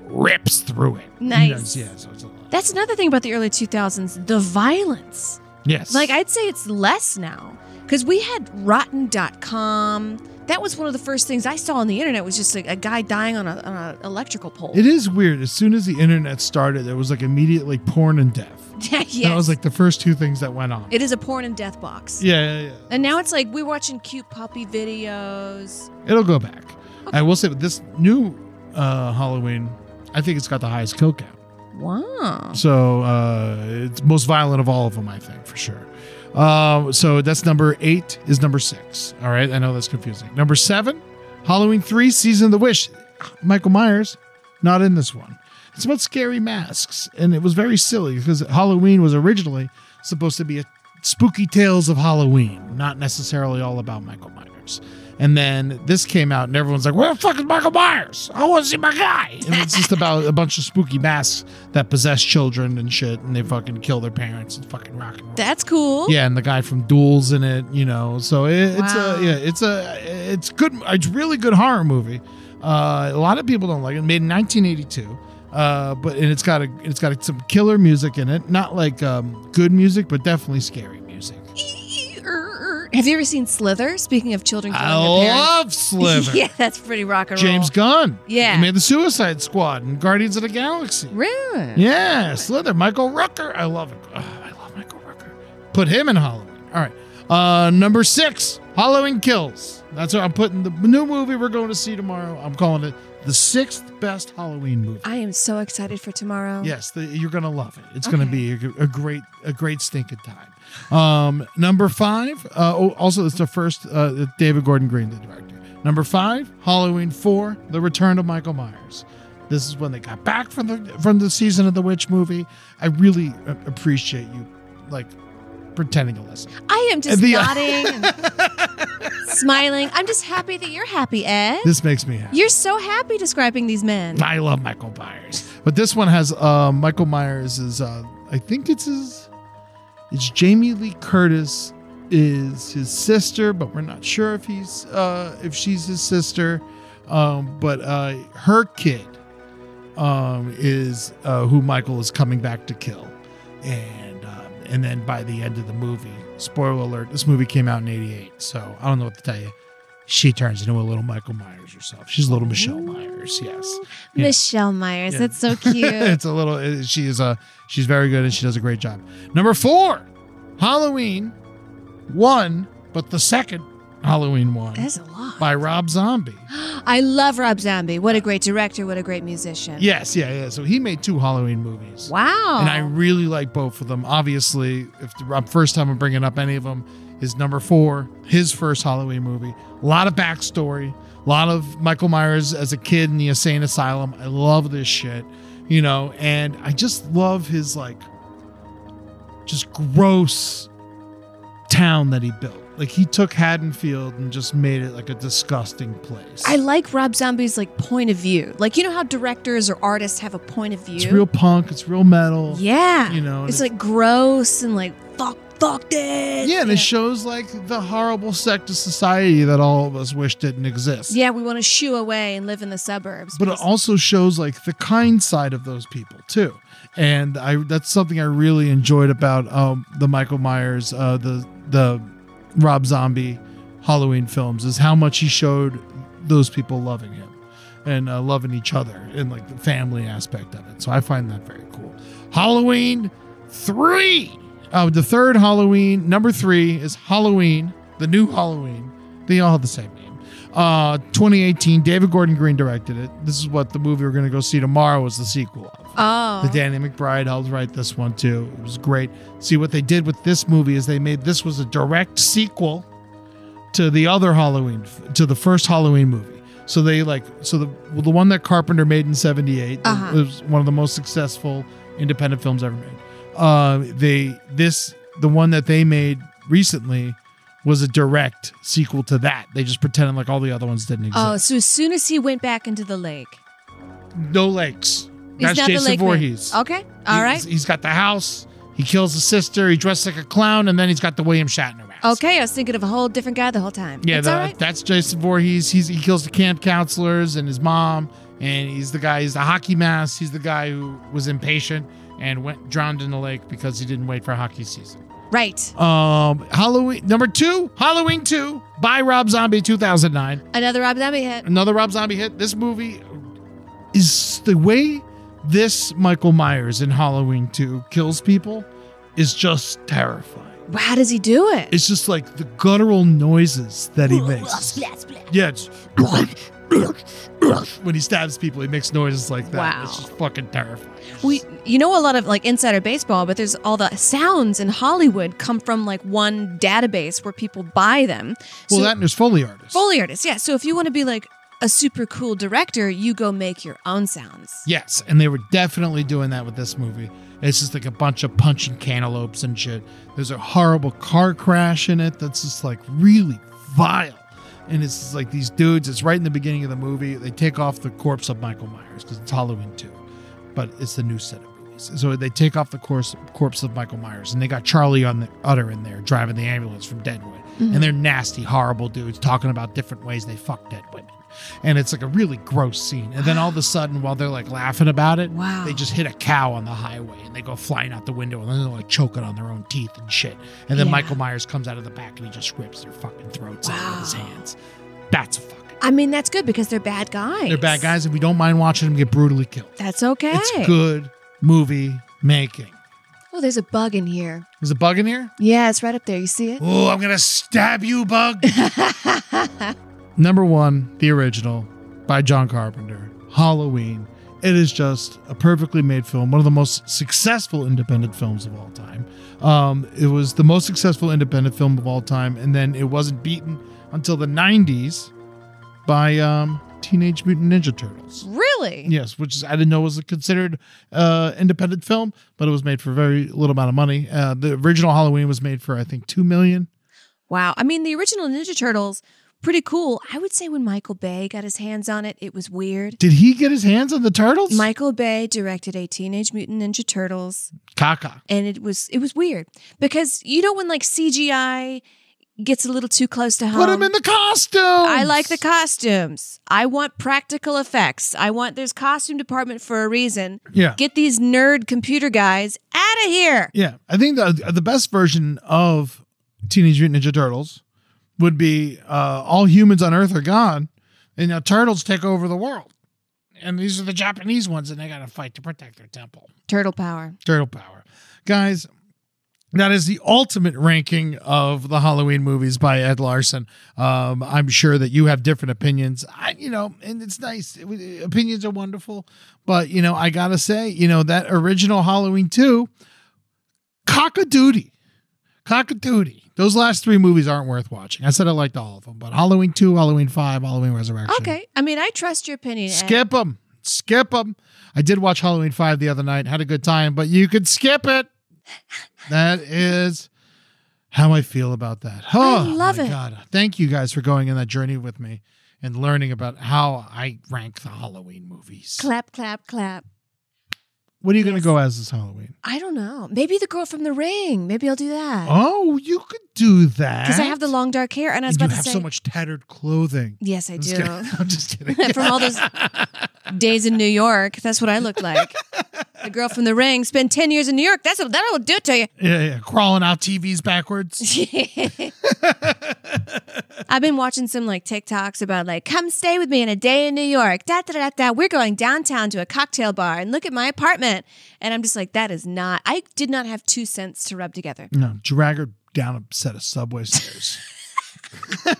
rips through it. He Nice. does- yeah, so it's a lot. That's another thing about the early 2000s the violence. Yes. Like, I'd say it's less now because we had rotten.com. That was one of the first things I saw on the internet was just like a guy dying on an on a electrical pole. It is weird. As soon as the internet started, there was like immediately porn and death. yes. That was like the first two things that went on. it is a porn and death box. yeah, yeah, yeah. And now it's like we're watching cute puppy videos. It'll go back. I will say, with this new uh, Halloween, I think it's got the highest kill count. Wow. So uh, it's most violent of all of them, I think, for sure. Um, so that's number eight is number six. All right, I know that's confusing. Number seven, Halloween three, season of the wish. Michael Myers, not in this one. It's about scary masks, and it was very silly because Halloween was originally supposed to be a spooky tales of Halloween, not necessarily all about Michael Myers. Myers. And then this came out, and everyone's like, "Where the fuck is Michael Myers? I want to see my guy." And it's just about a bunch of spooky masks that possess children and shit, and they fucking kill their parents and fucking rock and roll. That's cool. Yeah, and the guy from Duels in it, you know. So it, it's Wow. a yeah, it's a it's good. It's really good horror movie. Uh, a lot of people don't like it. Made in 1982, uh, but and it's got a it's got some killer music in it. Not like um, good music, but definitely scary music. Have you ever seen Slither? Speaking of children killing I their parents. love Slither. Yeah, that's pretty rock and James roll. Gunn. Yeah. he made the Suicide Squad and Guardians of the Galaxy. Really? Yeah, Slither, Michael Rucker. I love it. Ugh, I love Michael Rucker. Put him in Halloween. All right. Uh, number six, Halloween Kills. That's what I'm putting the new movie we're going to see tomorrow. I'm calling it the sixth best Halloween movie. I am so excited for tomorrow. Yes, the, you're gonna love it. It's gonna be a, a great, a great stinking time. Um, number five. Uh, oh, also, it's the first uh, that David Gordon Green, the director. Number five, Halloween Four: The Return of Michael Myers. This is when they got back from the from the season of the witch movie. I really a- appreciate you, like pretending to listen. I am just The- nodding and smiling. I'm just happy that you're happy, Ed. This makes me happy. You're so happy describing these men. I love Michael Myers, but this one has uh, Michael Myers is uh, I think it's his it's Jamie Lee Curtis is his sister, but we're not sure if he's uh, if she's his sister. Um, but uh, her kid um, is uh, who Michael is coming back to kill, and um, and then by the end of the movie, spoiler alert, this movie came out in '88, so I don't know what to tell you. She turns into a little Michael Myers herself. She's a little Michelle Myers. Yes, Yeah. Michelle Myers. Yeah. That's so cute. it's a little. uh, She is a. She's very good and she does a great job. Number four, Halloween, one, but the second Halloween one That's a lot. by Rob Zombie. I love Rob Zombie. What a great director. What a great musician. Yes, yeah, yeah. So he made two Halloween movies. Wow. And I really like both of them. Obviously, if the I'm- first time I'm bringing up any of them, is number four, his first Halloween movie. A lot of backstory, a lot of Michael Myers as a kid in the insane asylum. I love this shit, you know, and I just love his like, just gross town that he built. Like he took Haddonfield and just made it like a disgusting place. I like Rob Zombie's like point of view. Like you know how directors or artists have a point of view. it's real punk. It's real metal. Yeah. You know, and it's it's- like gross and like fuck, fuck this. Yeah, and it shows like the horrible sect of society that all of us wish didn't exist. Yeah, we want to shoo away and live in the suburbs. But it because- also shows like the kind side of those people too. And I that's something I really enjoyed about um, the Michael Myers, uh, the the Rob Zombie Halloween films is how much he showed those people loving him and uh, loving each other and like the family aspect of it. So I find that very cool. Halloween three. Oh, the third Halloween, number three is Halloween, the new Halloween. They all have the same name. Uh, 2018, David Gordon Green directed it. This is what the movie we're going to go see tomorrow is the sequel of. oh, The Danny McBride helped write this one too. It was great. See what they did with this movie is they made this was a direct sequel to the other Halloween to the first Halloween movie. So they like so the well, the one that Carpenter made in '78 Uh-huh. was one of the most successful independent films ever made. Uh, they this the one that they made recently was a direct sequel to that. They just pretended like all the other ones didn't exist. oh. So as soon as he went back into the lake, no lakes. he's That's not Jason the lake man. Voorhees. Okay, all right. He's- he's got the house. He kills his sister. He dressed like a clown, and then he's got the William Shatner mask. Okay, I was thinking of a whole different guy the whole time. Yeah, it's the, all right. that's Jason Voorhees. He's, he kills the camp counselors and his mom, and he's the guy. He's the hockey mask. He's the guy who was impatient and went drowned in the lake because he didn't wait for hockey season. right. Um, Halloween number two, Halloween two by Rob Zombie, two thousand nine. Another Rob Zombie hit. Another Rob Zombie hit. This movie is the way this Michael Myers in Halloween 2 kills people is just terrifying. How does he do it? It's just like the guttural noises that he makes. Yeah, it's when he stabs people, he makes noises like that. Wow. It's just fucking terrifying. We, you know, a lot of like insider baseball, but there's all the sounds in Hollywood come from like one database where people buy them. Well, so, that and there's Foley artists. Foley artists, yeah. So if you want to be like a super cool director, you go make your own sounds. Yes, and they were definitely doing that with this movie. It's just like a bunch of punching cantaloupes and shit. There's a horrible car crash in it that's just like really vile. and it's like these dudes. It's right in the beginning of the movie. They take off the corpse of Michael Myers because it's Halloween two, but it's the new set of movies. So they take off the corpse corpse of Michael Myers, and they got Charlie on the udder in there driving the ambulance from Deadwood, Mm-hmm. and they're nasty, horrible dudes talking about different ways they fuck dead women. And it's like a really gross scene. And then all of a sudden, while they're like laughing about it, Wow. they just hit a cow on the highway and they go flying out the window and then they're like choking on their own teeth and shit. And then Yeah. Michael Myers comes out of the back and he just rips their fucking throats out with his hands. That's a fucking. I mean, that's good because they're bad guys. They're bad guys and we don't mind watching them get brutally killed. That's okay. It's good movie making. Oh, there's a bug in here. Is a bug in here? Yeah, it's right up there. You see it? Oh, I'm going to stab you, bug. Number one, the original by John Carpenter, Halloween. It is just a perfectly made film, one of the most successful independent films of all time. Um, it was the most successful independent film of all time, and then it wasn't beaten until the 90s by um, Teenage Mutant Ninja Turtles. Really? Yes, which is I didn't know was a considered uh, independent film, but it was made for a very little amount of money. Uh, the original Halloween was made for I think two million. Wow. I mean, the original Ninja Turtles, pretty cool. I would say when Michael Bay got his hands on it, it was weird. Did he get his hands on the turtles? Michael Bay directed a Teenage Mutant Ninja Turtles, Kaka. and it was it was weird because you know when like CGI gets a little too close to home. Put him in the costume. I like the costumes. I want practical effects. I want there's costume department for a reason. Yeah. Get these nerd computer guys out of here. Yeah, I think the the best version of Teenage Mutant Ninja Turtles would be uh, all humans on Earth are gone, and now turtles take over the world. And these are the Japanese ones, and they got to fight to protect their temple. Turtle power. Turtle power, guys. That is the ultimate ranking of the Halloween movies by Ed Larson. Um, I'm sure that you have different opinions. I, you know, and it's nice. It was- opinions are wonderful, but you know, I gotta say, you know, that original Halloween two, cock-a-doodie. Cock-a-doodie. Those last three movies aren't worth watching. I said I liked all of them, but Halloween two, Halloween five, Halloween Resurrection. Okay. I mean, I trust your eh. opinion. Ed. Skip them. Skip them. I did watch Halloween 5 the other night, had a good time, but you could skip it. That is how I feel about that. Oh, love my it. God. Thank you guys for going on that journey with me and learning about how I rank the Halloween movies. Clap, clap, clap. what are you going to go as this Halloween? I don't know. Maybe the girl from the ring. Maybe I'll do that. Oh, you could do that. Because I have the long dark hair, and I was And you about have to say, so much tattered clothing. yes, I I'm just do. kidding. I'm just kidding. From all those days in New York, that's what I look like. The girl from the ring spent ten years in New York. That's what that'll do it to you. yeah, yeah. Crawling out TVs backwards. I've been watching some like TikToks about like, come stay with me in a day in New York. Da da da da. We're going downtown to a cocktail bar and look at my apartment. And I'm just like, that is not. I did not have two cents to rub together. No, drag her down a set of subway stairs.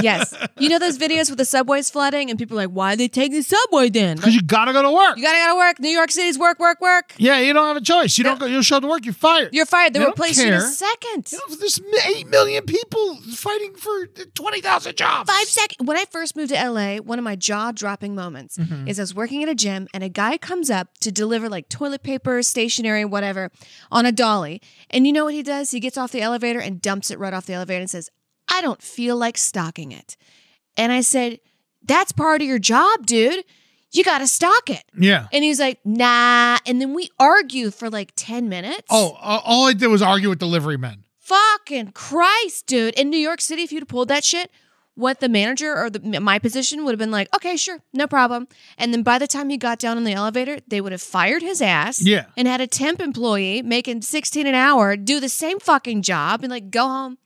Yes, you know those videos with the subways flooding and people are like, why they take the subway then? Because you gotta go to work. You gotta gotta work. New York City's work, work, work. yeah, you don't have a choice. You don't go. You don't show up to work. You're fired. You're fired. They They will don't replace you in a care. second. You know, there's eight million people fighting for twenty thousand jobs. Five seconds. When I first moved to LA, one of my jaw dropping moments Mm-hmm. is I was working at a gym and a guy comes up to deliver like toilet paper, stationery, whatever on a dolly. And you know what he does? He gets off the elevator and dumps it right off the elevator and says, I don't feel like stocking it. And I said, That's part of your job, dude. You got to stock it. Yeah. And he's like, Nah. And then we argue for like 10 minutes. Oh, uh, all I did was argue with delivery men. Fucking Christ, dude. In New York City, if you'd have pulled that shit, what the manager or the, my position would have been like, okay, sure, no problem. And then by the time he got down in the elevator, they would have fired his ass Yeah. and had a temp employee making 16 an hour do the same fucking job and like go home,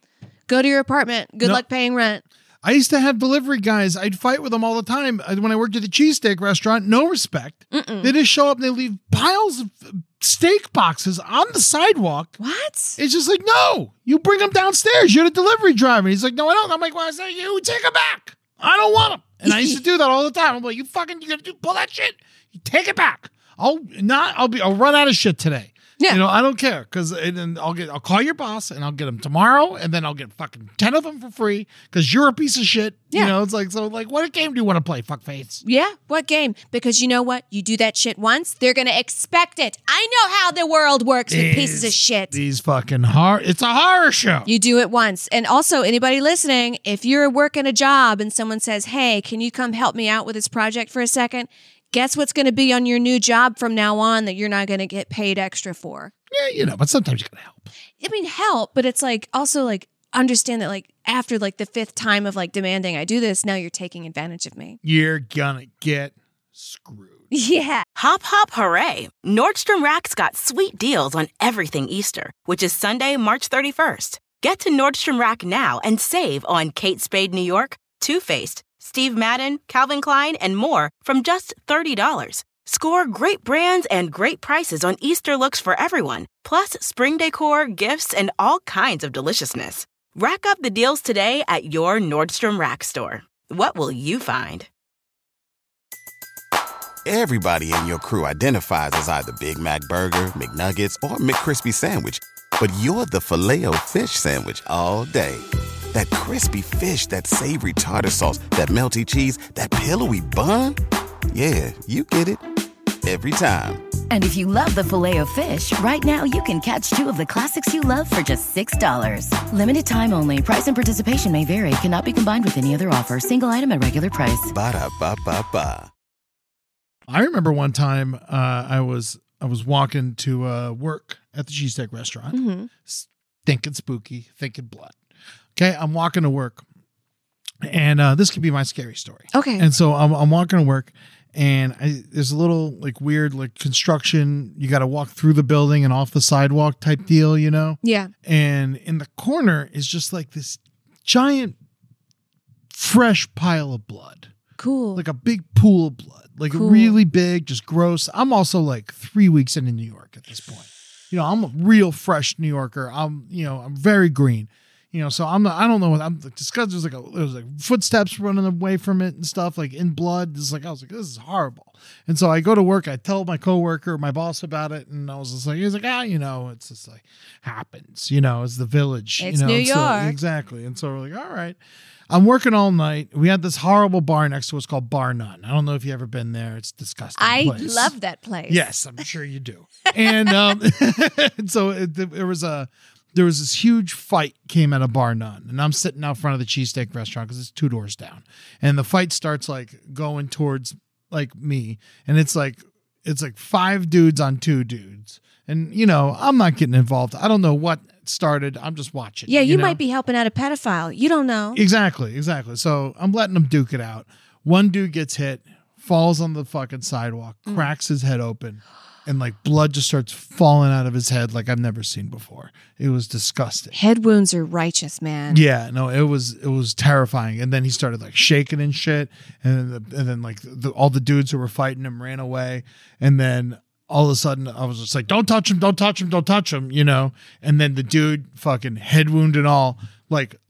go to your apartment, good No. luck paying rent. I used to have delivery guys. I'd fight with them all the time Uh, when I worked at the cheesesteak restaurant. No respect. They just show up and they leave piles of uh, steak boxes on the sidewalk. What? It's just like, no, you bring them downstairs. You're the delivery driver. He's like, no, I don't. I'm like, well, I say you take them back. I don't want them. And I used to do that all the time. I'm like, you fucking, you gotta do pull that shit. You take it back. I'll not. I'll be. I'll run out of shit today. Yeah. You know, I don't care because then I'll get I'll call your boss and I'll get them tomorrow and then I'll get fucking ten of them for free because you're a piece of shit. You Yeah. know, it's like so like what game do you want to play? Fuck face. Yeah, what game? Because you know what? You do that shit once, they're going to expect it. I know how the world works with pieces of These- shit. These fucking horror. It's a horror show. You do it once. And also, anybody listening, if you're working a job and someone says, Hey, can you come help me out with this project for a second? Guess what's going to be on your new job from now on that you're not going to get paid extra for? yeah, you know, but sometimes you gotta help. I mean, help, but it's like also like understand that like after like the fifth time of like demanding I do this, now you're taking advantage of me. You're gonna get screwed. Yeah. Hop, hop, hooray! Nordstrom Rack's got sweet deals on everything Easter, which is Sunday, March 31st. Get to Nordstrom Rack now and save on Kate Spade New York, Too Faced, Steve Madden, Calvin Klein, and more from just $30. Score great brands and great prices on Easter looks for everyone, plus spring decor, gifts, and all kinds of deliciousness. Rack up the deals today at your Nordstrom Rack store. What will you find? Everybody in your crew identifies as either Big Mac Burger, McNuggets, or McCrispy Sandwich. But you're the filet fish Sandwich all day. That crispy fish, that savory tartar sauce, that melty cheese, that pillowy bun. Yeah, you get it. Every time. And if you love the filet of fish, right now you can catch two of the classics you love for just $6. Limited time only. Price and participation may vary. Cannot be combined with any other offer. Single item at regular price. Ba-da-ba-ba-ba. I remember one time uh, I was I was walking to uh, work at the cheesesteak restaurant, Mm-hmm. S- thinking spooky, thinking blood. Okay, I'm walking to work, and uh, this could be my scary story. Okay. And so I'm, I'm walking to work, and I, there's a little like weird like construction. You got to walk through the building and off the sidewalk type deal, you know. yeah. And in the corner is just like this giant, fresh pile of blood Cool. like a big pool of blood, like Cool. really big, just gross. I'm also like three weeks into New York at this point. You know, I'm a real fresh New Yorker. I'm, you know, I'm very green. You know, so I'm not, I don't know what I'm like, disgusted. There's like a, there was like footsteps running away from it and stuff, like in blood. It's like, I was like, this is horrible. And so I go to work, I tell my coworker, my boss about it. And I was just like, he's like, ah, you know, it's just like happens, you know, it's the village. It's you know, New so- York. exactly. And so we're like, all right. I'm working all night. We had this horrible bar next to us called Bar None. I don't know if you've ever been there. It's a disgusting. I place. love that place. Yes, I'm sure you do. and um, so it, there was a there was this huge fight came at a bar none, and I'm sitting out front of the cheesesteak restaurant because it's two doors down, and the fight starts like going towards like me, and it's like it's like five dudes on two dudes, and you know I'm not getting involved. I don't know what started. I'm just watching. Yeah, you, know? might be helping out a pedophile. You don't know. Exactly, exactly. So I'm letting them duke it out. One dude gets hit, falls on the fucking sidewalk, cracks his head open, and like blood just starts falling out of his head like I've never seen before. It was disgusting. Head wounds are righteous, man. Yeah, no, it was it was terrifying. And then he started like shaking and shit, and then the, and then like the, all the dudes who were fighting him ran away, and then all of a sudden I was just like, "Don't touch him! Don't touch him! Don't touch him!" You know. And then the dude, fucking head wound and all, like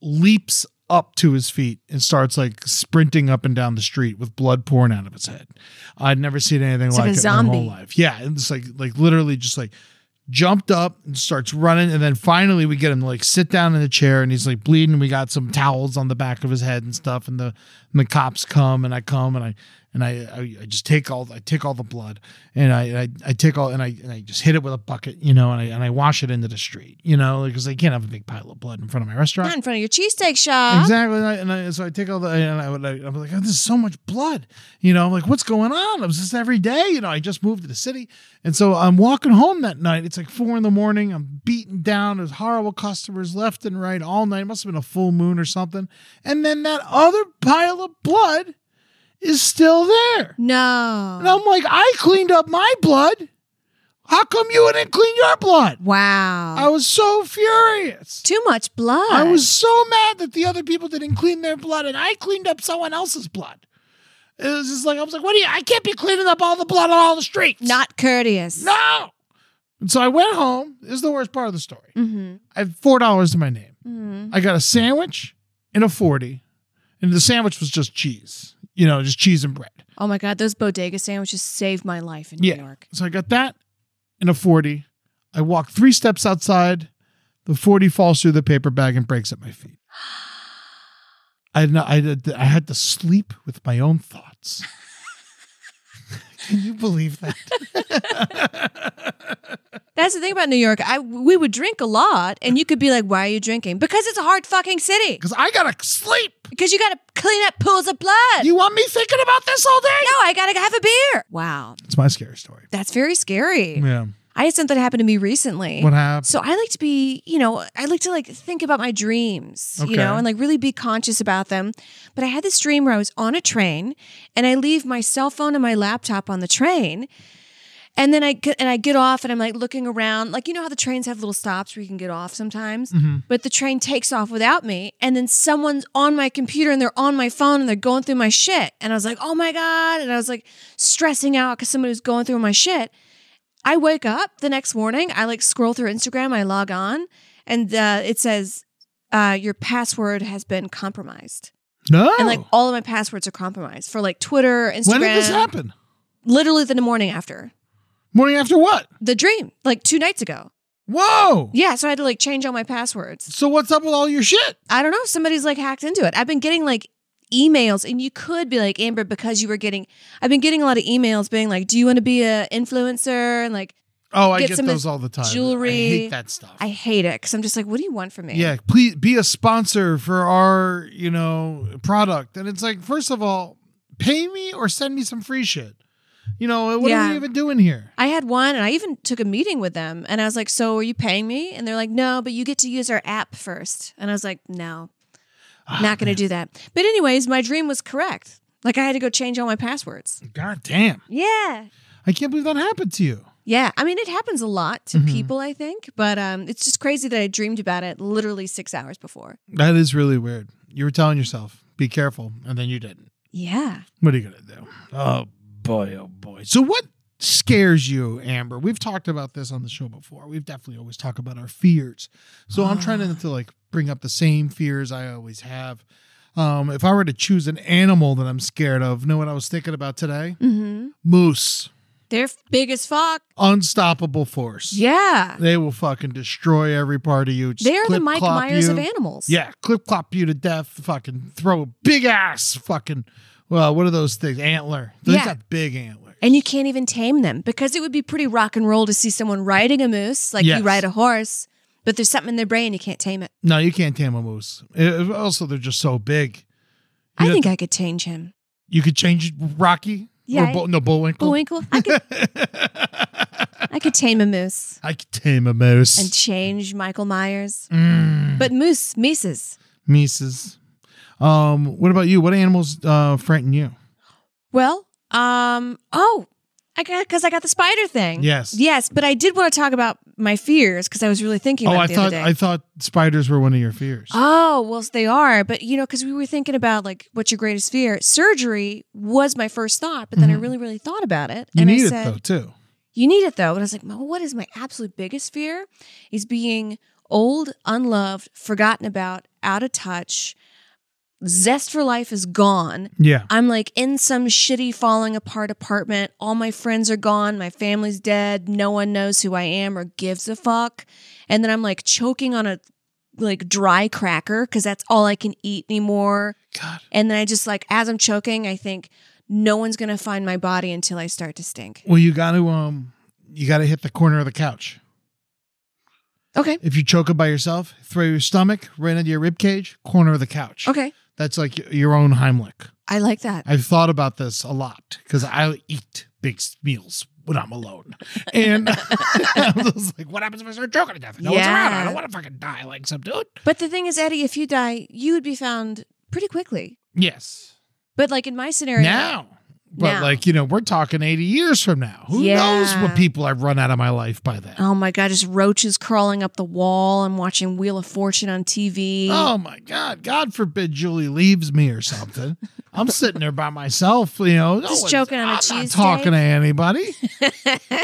leaps up to his feet and starts like sprinting up and down the street with blood pouring out of his head. I'd never seen anything It's like, like a it in my whole zombie. life. Yeah, and it's like like literally just like jumped up and starts running and then finally we get him to like sit down in the chair and he's like bleeding we got some towels on the back of his head and stuff and the and the cops come and i come and i and I, I i just take all i take all the blood and i i, I take all and i and i just hit it with a bucket you know and i and i wash it into the street you know because i can't have a big pile of blood in front of my restaurant Not in front of your cheesesteak shop. Exactly. And, I, and I, so I take all the, and I, would- I, I'm like, oh, this is so much blood. You know, I'm like, what's going on? I was just every day. You know, I just moved to the city. And so I'm walking home that night. It's like four in the morning. I'm beaten down. There's horrible customers left and right all night. must have been a full moon or something. And then that other pile of blood is still there. No. And I'm like, I cleaned up my blood. How come you didn't clean your blood? Wow. I was so furious. Too much blood. I was so mad that the other people didn't clean their blood and I cleaned up someone else's blood. It was just like, I was like, what do you, I can't be cleaning up all the blood on all the streets. not courteous. No. And so I went home. This is the worst part of the story. Mm-hmm. I had $4 to my name. Mm-hmm. I got a sandwich and a 40. And the sandwich was just cheese, you know, just cheese and bread. Oh my God, those bodega sandwiches saved my life in New Yeah. York. So I got that and a 40. I walk three steps outside. The 40 falls through the paper bag and breaks at my feet. I had, no, I had, I had to sleep with my own thoughts. Can you believe that? That's the thing about New York. I we would drink a lot, and you could be like, "Why are you drinking?" Because it's a hard fucking city. Because I gotta sleep. Because you gotta clean up pools of blood. You want me thinking about this all day? No, I gotta have a beer. Wow, It's my scary story. that's very scary. Yeah. I had something happen to me recently. What happened? So I like to be, you know, I like to like think about my dreams, Okay. you know, and like really be conscious about them. But I had this dream where I was on a train and I leave my cell phone and my laptop on the train. And then I get, and I get off and I'm like looking around, like you know how the trains have little stops where you can get off sometimes, Mm-hmm. but the train takes off without me, and then someone's on my computer and they're on my phone and they're going through my shit, and I was like, oh my god, and I was like stressing out because somebody was going through my shit. I wake up the next morning, I like scroll through Instagram, I log on, and uh, it says uh, your password has been compromised, No. and like all of my passwords are compromised for like Twitter, Instagram. when did this happen? Literally the morning after Morning after what? the dream like two nights ago. Whoa. Yeah, so I had to like change all my passwords. So what's up with all your shit? I don't know. Somebody's like hacked into it. I've been getting like emails, and you could be like Amber because you were getting. I've been getting a lot of emails being like, "Do you want to be a influencer?" And like, Oh, I Get get some those all the time. jewelry. I hate that stuff. I hate it because I'm just like, "What do you want from me?" yeah, please be a sponsor for our, you know, product. And it's like, first of all, pay me or send me some free shit. You know, what are Yeah. we even doing here? I had one, and I even took a meeting with them, and I was like, "So are you paying me?" And they're like, "No, but you get to use our app first. And I was like, "No, Ah, not going to do that." But anyways, my dream was correct. Like I had to go change all my passwords. God damn. Yeah, I can't believe that happened to you. Mm-hmm. Yeah, I mean it happens a lot to people, I think, but um, it's just crazy that I dreamed about it literally six hours before. That is really weird. You were telling yourself, be careful, and then you didn't. Yeah, What are you gonna do? Oh boy, oh boy. So what scares you, Amber? We've talked about this on the show before. We've definitely always talked about our fears. So I'm trying to, to like bring up the same fears I always have. Um, if I were to choose an animal that I'm scared of, know what I was thinking about today? mm-hmm. Moose, they're f- big as fuck. unstoppable force. Yeah, They will fucking destroy every part of you. Just they are the clip, Mike clop Myers you. of animals. Yeah, clip clop you to death. Fucking throw a big ass. Fucking well, what are those things? Antler. They've Yeah. got big antlers. and you can't even tame them because it would be pretty rock and roll to see someone riding a moose like Yes. you ride a horse, but there's something in their brain you can't tame it. No, you can't tame a moose. It- also, they're just so big. You I know- think I could change him. You could change Rocky. Yeah, Or I- Bo- no, Bullwinkle. Bullwinkle, I could, I could tame a moose I could tame a moose. and change Michael Myers, Mm, but moose, mises. Mises. Um, what about you? What animals uh, frighten you? Well, um, oh, I got because I got the spider thing. Yes. yes, but I did want to talk about my fears because I was really thinking. Oh, about it I the thought other day. I thought spiders were one of your fears. Oh, well, they are, but you know, because we were thinking about like what's your greatest fear? Surgery was my first thought, but then I really, really thought about it, Mm-hmm. you and need I it said, though too. "You need it though." And I was like, "Well, what is my absolute biggest fear? Is being old, unloved, forgotten about, out of touch." Zest for life is gone. Yeah. I'm like in some shitty falling apart apartment. All my friends are gone. My family's dead. No one knows who I am or gives a fuck. And then I'm like choking on a like dry cracker because that's all I can eat anymore. God. And then I just like, as I'm choking, I think no one's going to find my body until I start to stink. Well, you got to um, you got to hit the corner of the couch. Okay. If you choke it by yourself, throw your stomach right into your rib cage, corner of the couch. Okay. That's like y- your own Heimlich. I like that. I've thought about this a lot because I eat big s- meals when I'm alone. And I was like, what happens if I start choking to death? No one's around. I Yeah. don't want to fucking die like some dude. But the thing is, Eddie, if you die, you would be found pretty quickly. Yes. But like in my scenario, Now. But Now. like, you know, we're talking 80 years from now. Who Yeah. knows what people I've run out of my life by then? Oh my god, just roaches crawling up the wall and watching Wheel of Fortune on TV. Oh my God. God forbid Julie leaves me or something. I'm sitting there by myself, you know. no Just one's- choking on a I'm not cheesesteak. talking to anybody.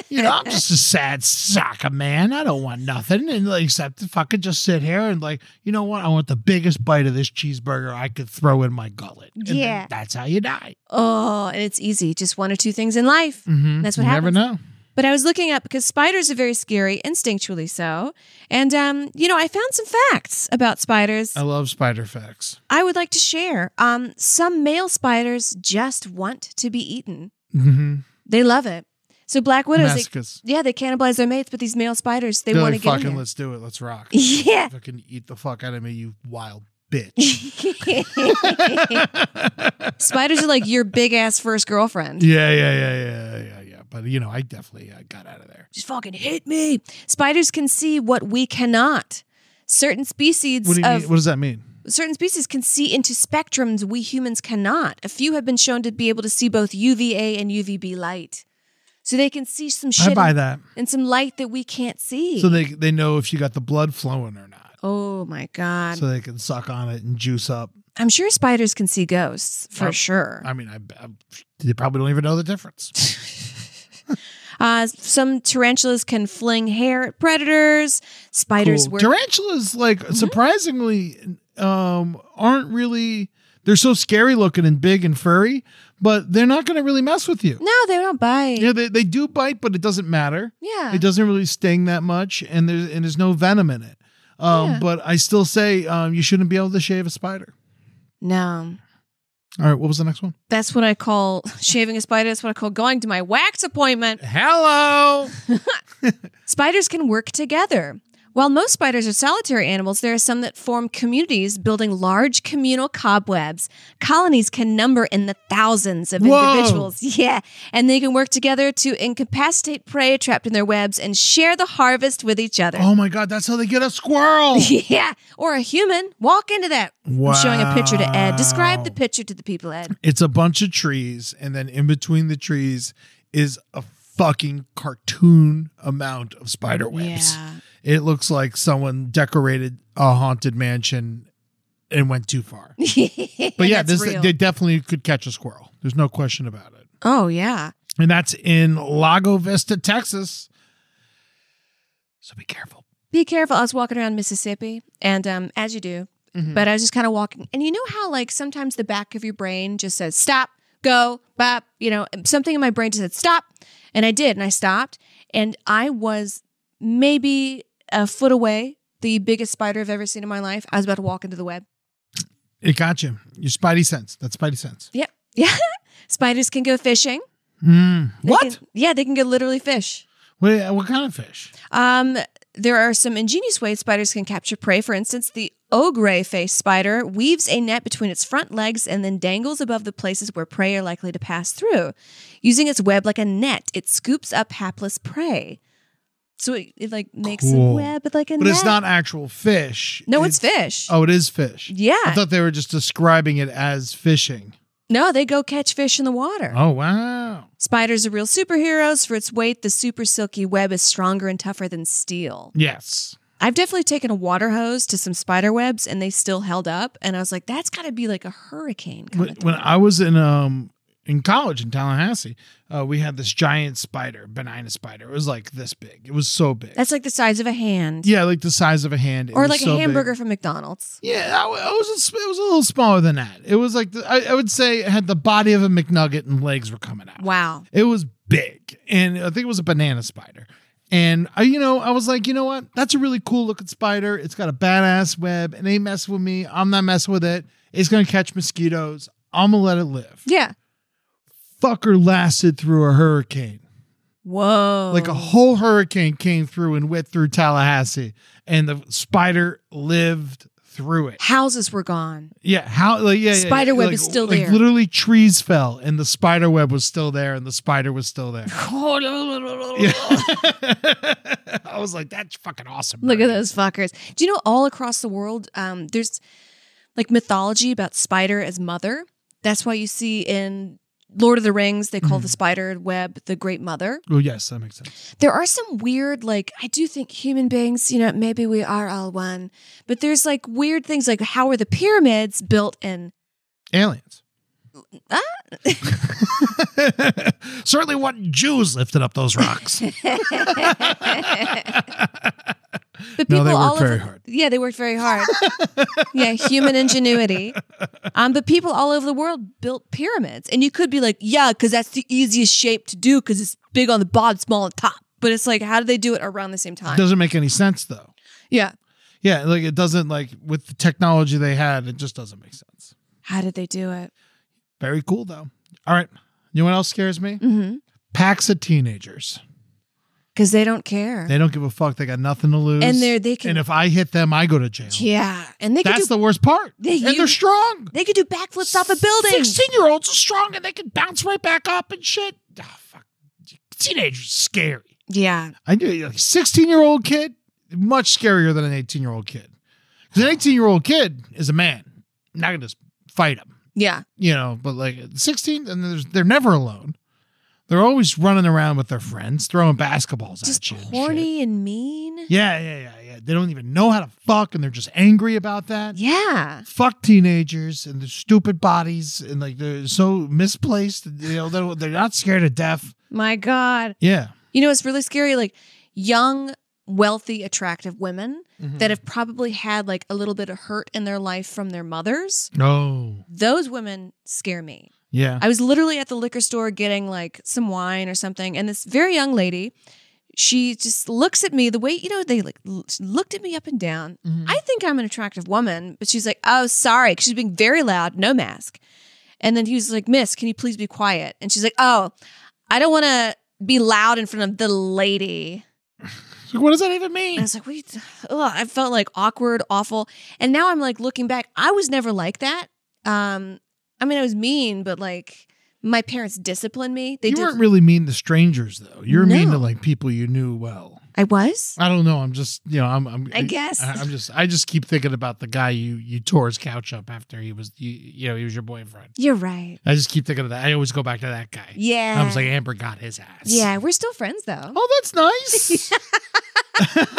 you know, I'm just a sad sack of man. I don't want nothing and like, except if I could just sit here and like, you know what? I want the biggest bite of this cheeseburger I could throw in my gullet. And then Yeah. That's how you die. Oh, and it's easy. Just one or two things in life. Mm-hmm. That's what you happens. never know. But I was looking up because spiders are very scary, instinctually so. And, um, you know, I found some facts about spiders I love spider facts. I would like to share. Um, some male spiders just want to be eaten, Mm-hmm. they love it. So black widows, they- Maskers. yeah, they cannibalize their mates, but these male spiders, they They're want like, to get in fucking there. let's do it. Let's rock. Yeah. Fucking eat the fuck out of me, you wild bitch. Spiders are like your big ass first girlfriend. yeah, yeah, yeah, yeah, yeah, yeah. But you know, I definitely uh, got out of there. Just fucking hit me. Spiders can see what we cannot. Certain species What do you of mean? What does that mean? certain species can see into spectrums we humans cannot. A few have been shown to be able to see both UVA and UVB light. So they can see some shit I buy in- that. and some light that we can't see. So they they know if she got the blood flowing or not. oh my god. So they can suck on it and juice up. I'm sure spiders can see ghosts for Well, sure. I mean, I, I they probably don't even know the difference. Uh, some tarantulas can fling hair at predators. Spiders Cool. work Mm-hmm. Tarantulas, like surprisingly, um, aren't really. They're so scary looking and big and furry, but they're not going to really mess with you. No, they don't bite. Yeah, they, they do bite, but it doesn't matter. Yeah. It doesn't really sting that much, and there's and there's no venom in it. Um, Yeah. But I still say um, you shouldn't be able to shave a spider. No. All right, what was the next one? That's what I call shaving a spider. That's what I call going to my wax appointment. Hello. Spiders can work together. While most spiders are solitary animals, there are some that form communities, building large communal cobwebs. Colonies can number in the thousands of Whoa. individuals. Yeah. And they can work together to incapacitate prey trapped in their webs and share the harvest with each other. Oh my God, that's how they get a squirrel. Yeah. Or a human. Walk into that. I'm showing a picture to Ed. Describe the Wow. picture to the people, Ed. It's a bunch of trees, and then in between the trees is a fucking cartoon amount of spider webs. It looks like someone decorated a haunted mansion and went too far. But yeah, That's this real. they definitely could catch a squirrel. There's no question about it. Oh, yeah. And that's in Lago Vista, Texas. So be careful. be careful. I was walking around Mississippi, and um, as you do, Mm-hmm. but I was just kind of walking. And you know how, like, sometimes the back of your brain just says, stop, go, bop, you know, something in my brain just said, stop. And I did, and I stopped. And I was maybe a foot away, the biggest spider I've ever seen in my life. I was about to walk into the web. It got you. Your spidey sense. That's spidey sense. Yep. Yeah. Spiders can go fishing. Mm. They What? can- yeah, they can go literally fish. what? What kind of fish? Um, there are some ingenious ways spiders can capture prey. For instance, the ogre faced spider weaves a net between its front legs and then dangles above the places where prey are likely to pass through. Using its web like a net, it scoops up hapless prey. So it, it like makes Cool. a web like a But net. it's not actual fish. No, it's, fish. Oh, it is fish. Yeah. I thought they were just describing it as fishing. No, they go catch fish in the water. Oh, wow. Spiders are real superheroes. For its weight, the super silky web is stronger and tougher than steel. Yes. I've definitely taken a water hose to some spider webs and they still held up. And I was like, that's got to be like a hurricane When, coming. when I was in um in college in Tallahassee, uh, we had this giant spider, Benina spider. It was like this big. It was so big. that's like the size of a hand. yeah, like the size of a hand. It Or was like so a big. hamburger from McDonald's. Yeah, I, w- I was a, s- it was a little smaller than that. It was like the, I, I would say it had the body of a McNugget and legs were coming out. Wow. It was big, and I think it was a banana spider. And I, you know, I was like, you know what? That's a really cool looking spider. It's got a badass web, and they mess with me. I'm not messing with it. It's gonna catch mosquitoes. I'm gonna let it live. Yeah. Fucker lasted through a hurricane. Whoa. Like a whole hurricane came through and went through Tallahassee, and the spider lived through it. Houses were gone. Yeah, how like yeah, yeah, Spider yeah, web like- is still like there. Literally trees fell and the spider web was still there and the spider was still there. Yeah. I was like, that's fucking awesome. Look at Bernie." those fuckers. Do you know all across the world, um, there's like mythology about spider as mother? That's why you see in Lord of the Rings, they call the spider web the Great Mother. Oh Mm-hmm. yes, that makes sense. there are some weird like i do think human beings you know maybe we are all one but there's like weird things like how are the pyramids built and Aliens. ah, Certainly what Jews lifted up those rocks. but No, people they worked all over, very hard. yeah they worked very hard yeah human ingenuity um but people all over the world built pyramids and you could be like yeah because that's the easiest shape to do because it's big on the bottom, small on top. But it's like, how do they do it around the same time? doesn't make any sense though. yeah. Yeah, like it doesn't like with the technology they had, it just doesn't make sense. How did they do it? Very cool though. All right. You know what else scares me? Mm-hmm. Packs of teenagers. Because they don't care. They don't give a fuck. They got nothing to lose. And they're- they can- And if I hit them, I go to jail. yeah. And they could That's do, the worst part. They- and you- they're strong. they could do backflips off a building. year olds are strong and they can bounce right back up and shit. Ah, fuck. Teenagers are scary. Yeah. I do. Like 16 year old kid, much scarier than an 18 year old kid. 'Cause an 18 year old kid is a man. I'm not going to just fight him, Yeah. you know, but like 16, and there's, they're never alone. They're always running around with their friends, throwing basketballs Just at you. and shit. horny and mean. Yeah, yeah, yeah, yeah. They don't even know how to fuck and they're just angry about that. Yeah. fuck teenagers and their stupid bodies and like they're so misplaced. You know, they're, they're not scared of death. My God. Yeah. You know, it's really scary. Like young, wealthy, attractive women Mm-hmm. that have probably had like a little bit of hurt in their life from their mothers. Oh, Those women scare me. yeah. I was literally at the liquor store getting like some wine or something, and this very young lady, she just looks at me the way you know they like l- she looked at me up and down. Mm-hmm. I think I'm an attractive woman, but she's like, "Oh, sorry," 'cause she's being very loud, no mask. And then he was like, "Miss, can you please be quiet?" And she's like, "Oh, I don't want to be loud in front of the lady." Like, what does that even And I mean? was like, "What?" are you t- Ugh, I felt like awkward, awful, and now I'm like looking back. I was never like that. Um, I mean, I was mean, but like my parents disciplined me. They you did. weren't really mean to strangers though. You were mean to No. like people you knew well. I was. I don't know. I'm just you know I'm, I'm I guess. I, am just I just keep thinking about the guy you you tore his couch up after he was you, you know he was your boyfriend. You're right. I just keep thinking of that. I always go back to that guy. Yeah. I was like Amber got his ass. yeah, we're still friends though. Oh, that's nice.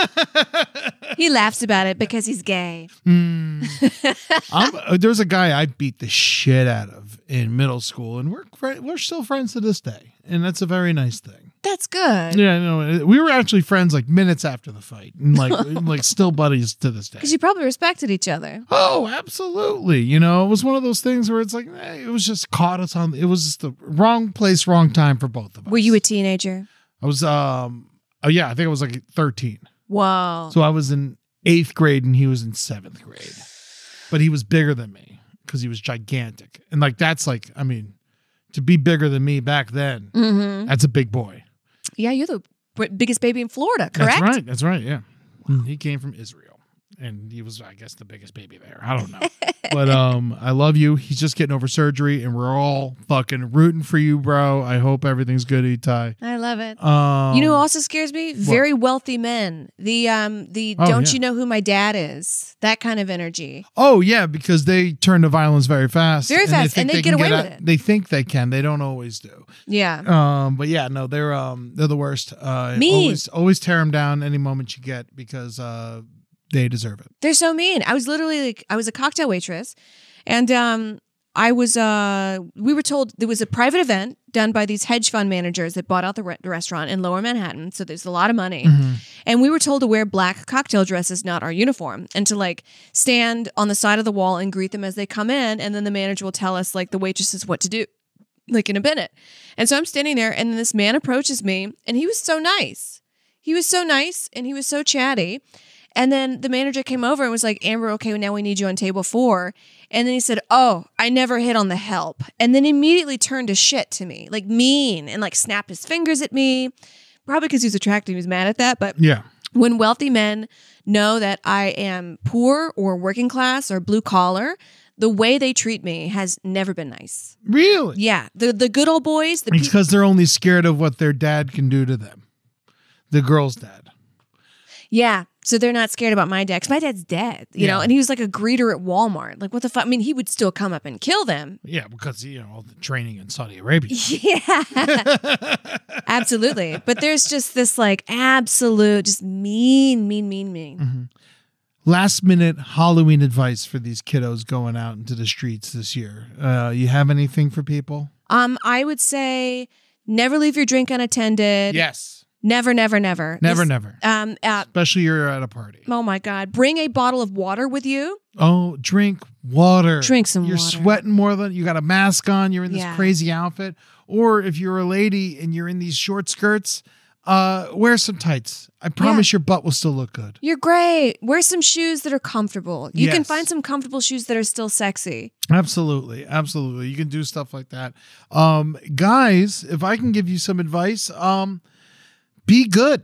He laughs about it because he's gay. Mm. I'm, uh, there's a guy I beat the shit out of in middle school, and we're fri- we're still friends to this day, and that's a very nice thing. That's good. Yeah, no, we were actually friends like minutes after the fight, and like and, like still buddies to this day. Because you probably respected each other. Oh, absolutely. You know, it was one of those things where it's like eh, it was just caught us on. It was just the wrong place, wrong time for both of us. Were you a teenager? I was um. Oh yeah, I think I was like 13. Whoa. So I was in eighth grade and he was in seventh grade. But he was bigger than me because he was gigantic. And like that's like, I mean, to be bigger than me back then, mm-hmm. that's a big boy. Yeah, you're the b- biggest baby in Florida, correct? That's right. That's right. Yeah. He came from Israel. And he was, I guess, the biggest baby there. I don't know. but um, I love you. He's just getting over surgery and we're all fucking rooting for you, bro. I hope everything's good, Itai. I love it. Um you know who also scares me? Very wealthy men. The um the Oh, don't yeah. you know who my dad is? That kind of energy. Oh yeah, because they turn to violence very fast. Very fast, think and they get can away out- with it. They think they can. They don't always do. Yeah. Um, but yeah, no, they're um they're the worst. Uh, Mean. Always, always tear them down any moment you get because uh they deserve it. They're so mean. I was literally like I was a cocktail waitress and um I was uh we were told there was a private event done by these hedge fund managers that bought out the, re- the restaurant in lower Manhattan so there's a lot of money. And we were told to wear black cocktail dresses not our uniform and to like stand on the side of the wall and greet them as they come in and then the manager will tell us like the waitresses what to do like in a minute. And so I'm standing there and this man approaches me and he was so nice. He was so nice and he was so chatty. And then the manager came over and was like, Amber, okay, now we need you on table four. And then he said, Oh, I never hit on the help. And then immediately turned to shit to me, like mean, and like snapped his fingers at me. Probably because he was attracted, he was mad at that. But Yeah, when wealthy men know that I am poor or working class or blue collar, the way they treat me has never been nice. really. Yeah. The the good old boys, the It's people because they're only scared of what their dad can do to them. The girl's dad. Yeah. So they're not scared about my dad 'cause my dad's dead, you know, Yeah. and he was like a greeter at Walmart. Like, what the fuck? I mean, he would still come up and kill them. Yeah, because you know all the training in Saudi Arabia. Yeah. absolutely. But there's just this like absolute, just mean, mean, mean, mean. Mm-hmm. Last minute Halloween advice for these kiddos going out into the streets this year. Uh, you have anything for people? Um, I would say never leave your drink unattended. Yes. Never, never, never. Never, This- never. Um, uh, Especially you're at a party. oh my God. Bring a bottle of water with you. Oh, drink water. Drink some You're water. sweating more than you got a mask on. You're in this Yeah. crazy outfit. Or if you're a lady and you're in these short skirts, uh, wear some tights. I promise your butt will still look good. You're great. Wear some shoes that are comfortable. You can Yes. find some comfortable shoes that are still sexy. Absolutely, absolutely. You can do stuff like that. Um, guys, if I can give you some advice, um, be good.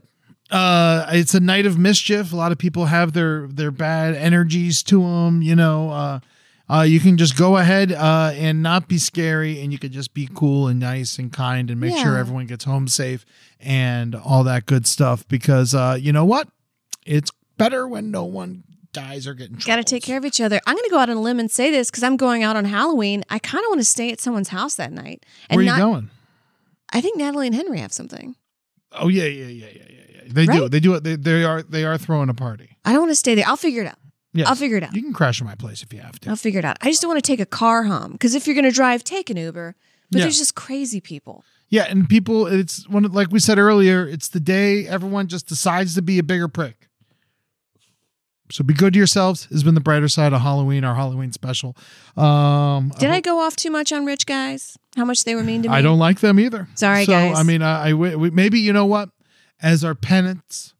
Uh, it's a night of mischief. A lot of people have their their bad energies to them. You know, uh, uh, you can just go ahead uh, and not be scary, and you could just be cool and nice and kind, and make sure Yeah. everyone gets home safe and all that good stuff. Because uh, you know what, it's better when no one dies or get in trouble. Got to take care of each other. I'm going to go out on a limb and say this because I'm going out on Halloween. I kind of want to stay at someone's house that night. And Where are not, you going? I think Natalie and Henry have something. Oh yeah, yeah, yeah, yeah, yeah. yeah. They do. Right? They do it. They, they are. They are throwing a party. I don't want to stay there. I'll figure it out. Yeah, I'll figure it out. You can crash at my place if you have to. I'll figure it out. I just don't want to take a car home because if you're going to drive, take an Uber. But Yeah. there's just crazy people. Yeah, and people, it's when like we said earlier, it's the day everyone just decides to be a bigger prick. So be good to yourselves. Has been the brighter side of Halloween, our Halloween special. Um, Did I go off too much on rich guys? How much they were mean to me? I don't like them either. Sorry, so, guys. I mean, I, I wi- we- maybe you know what? As our penance,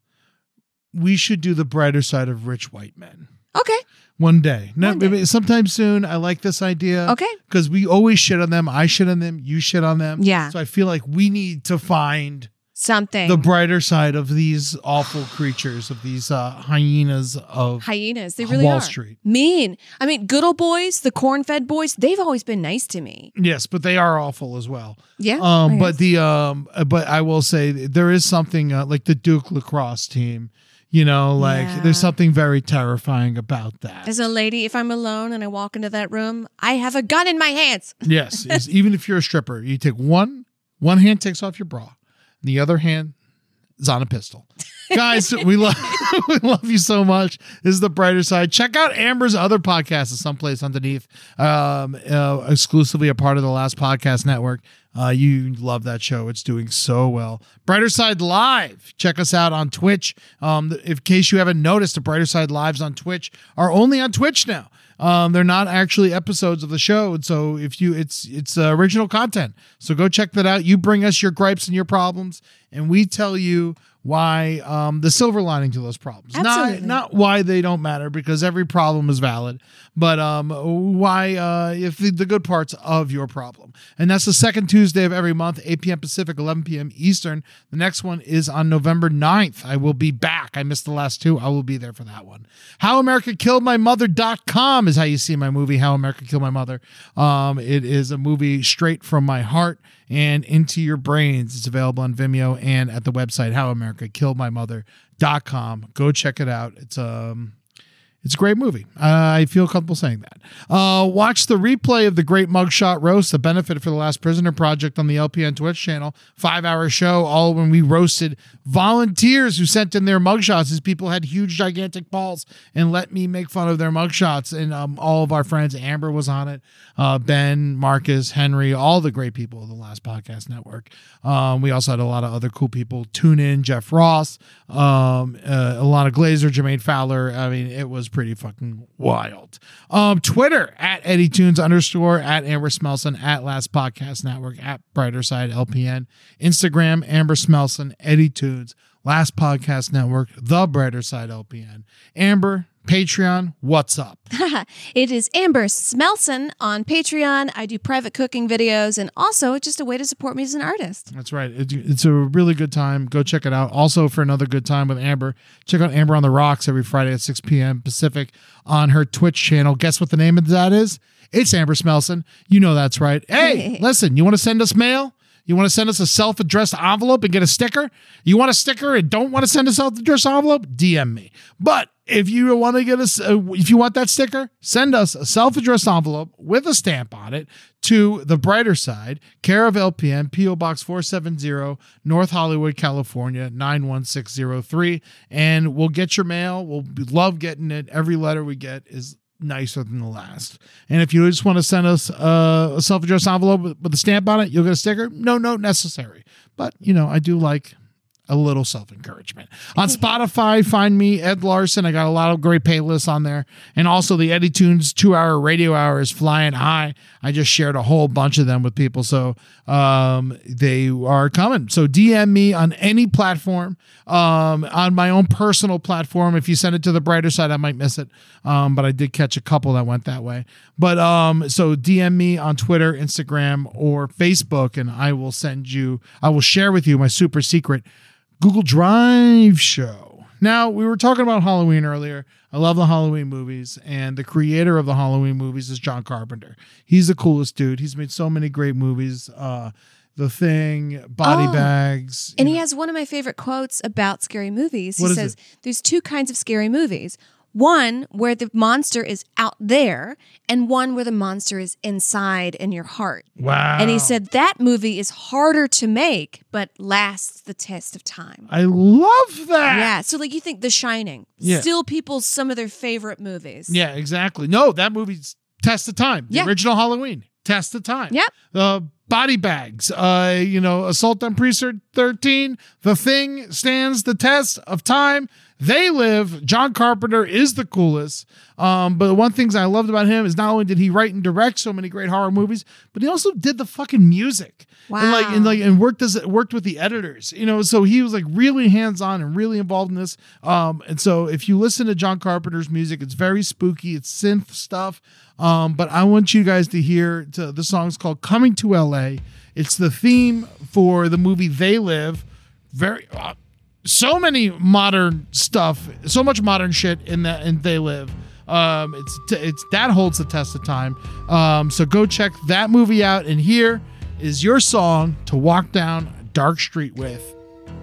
we should do the brighter side of rich white men. Okay. One day. No, One day. maybe sometime soon. I like this idea. Okay. Because we always shit on them. I shit on them. You shit on them. Yeah. So I feel like we need to find Something. the brighter side of these awful creatures, of these uh, hyenas of Hyenas. They really Wall are. Street. Mean. I mean, good old boys, the corn fed boys, they've always been nice to me. Yes, but they are awful as well. Yeah, I Um, but guess. the um, uh, but I will say th- there is something uh, like the Duke lacrosse team. You know, like Yeah. there's something very terrifying about that. As a lady, if I'm alone and I walk into that room, I have a gun in my hands. yes, yes, even if you're a stripper, you take one one hand takes off your bra, and the other hand is on a pistol. Guys, we love we love you so much. This is the brighter side. Check out Amber's other podcast is someplace underneath, um, uh, exclusively a part of the Last Podcast Network. Uh, you love that show; it's doing so well. Brighter Side Live. Check us out on Twitch. Um, th- in case you haven't noticed, the Brighter Side Lives on Twitch are only on Twitch now. Um, they're not actually episodes of the show, and so if you, it's it's uh, original content. So go check that out. You bring us your gripes and your problems, and we tell you why um, the silver lining to those problems. Not Absolutely. not why they don't matter because every problem is valid, but um, why uh, if the, the good parts of your problem. And that's the second Tuesday of every month, 8 p.m. Pacific, 11 p.m. Eastern. The next one is on November 9th. I will be back. I missed the last two. I will be there for that one. How America Killed My Mother.com is how you see my movie, How America Killed My Mother. Um, it is a movie straight from my heart and into your brains. It's available on Vimeo and at the website howamericakilledmymother.com. Go check it out. It's um it's a great movie. Uh, I feel comfortable saying that. Uh, watch the replay of the Great Mugshot Roast, the benefit for the Last Prisoner Project on the LPN Twitch channel. Five hour show, all when we roasted volunteers who sent in their mugshots. These people had huge, gigantic balls and let me make fun of their mugshots. And um, all of our friends, Amber was on it, uh, Ben, Marcus, Henry, all the great people of the Last Podcast Network. Um, we also had a lot of other cool people tune in, Jeff Ross, um, uh, Alana Glazer, Jermaine Fowler. I mean, it was pretty fucking wild. Um, Twitter at Eddie Tunes underscore at Amber Smelson at Last Podcast Network at Brighter Side LPN. Instagram Amber Smelson Eddie Tunes Last Podcast Network The Brighter Side LPN. Amber Patreon, what's up? It is Amber Smelson on Patreon. I do private cooking videos and also it's just a way to support me as an artist. That's right. It, it's a really good time. Go check it out. Also, for another good time with Amber, check out Amber on the Rocks every Friday at 6 p.m. Pacific on her Twitch channel. Guess what the name of that is? It's Amber Smelson. You know that's right. Hey, listen, you want to send us mail? You want to send us a self addressed envelope and get a sticker? You want a sticker and don't want to send a self addressed envelope? DM me. But if you want to get us, uh, if you want that sticker, send us a self addressed envelope with a stamp on it to The Brighter Side, care of LPM, P.O. Box 470, North Hollywood, California, 91603. And we'll get your mail. We'll be- love getting it. Every letter we get is nicer than the last. And if you just want to send us uh, a self addressed envelope with, with a stamp on it, you'll get a sticker. No note necessary. But, you know, I do like a little self encouragement. On Spotify, find me, Ed Larson. I got a lot of great playlists on there. And also, the Eddie Tunes two hour radio hour is flying high. I just shared a whole bunch of them with people. So um, they are coming. So DM me on any platform, um, on my own personal platform. If you send it to the brighter side, I might miss it. Um, but I did catch a couple that went that way. But um, so DM me on Twitter, Instagram, or Facebook, and I will send you, I will share with you my super secret. Google Drive show. Now, we were talking about Halloween earlier. I love the Halloween movies, and the creator of the Halloween movies is John Carpenter. He's the coolest dude. He's made so many great movies. Uh, the Thing, Body Oh. Bags. And you he has one of my favorite quotes about scary movies. What he is says, it? There's two kinds of scary movies one where the monster is out there, and one where the monster is inside in your heart. know- wow. And he said, That movie is harder to make, but lasts the test of time. I love that. Yeah. So, like, you think The Shining, Yeah. still people's some of their favorite movies. Yeah, exactly. No, that movie's test the time. The Yeah. original Halloween, test the time. Yep. Uh, body bags. Uh, you know, assault on precinct thirteen. The thing stands the test of time. They live. John Carpenter is the coolest. Um, but one things I loved about him is not only did he write and direct so many great horror movies, but he also did the fucking music. And like and Wow. like and worked as worked with the editors. You know, so he was like really hands on and really involved in this. Um, and so if you listen to John Carpenter's music, it's very spooky. It's synth stuff. Um, but I want you guys to hear to, the song's called "Coming to L.A." It's the theme for the movie They Live. Very. Uh, so many modern stuff, so much modern shit in that in They Live. Um, it's it's that holds the test of time. Um, so go check that movie out. And here is your song to walk down a dark street with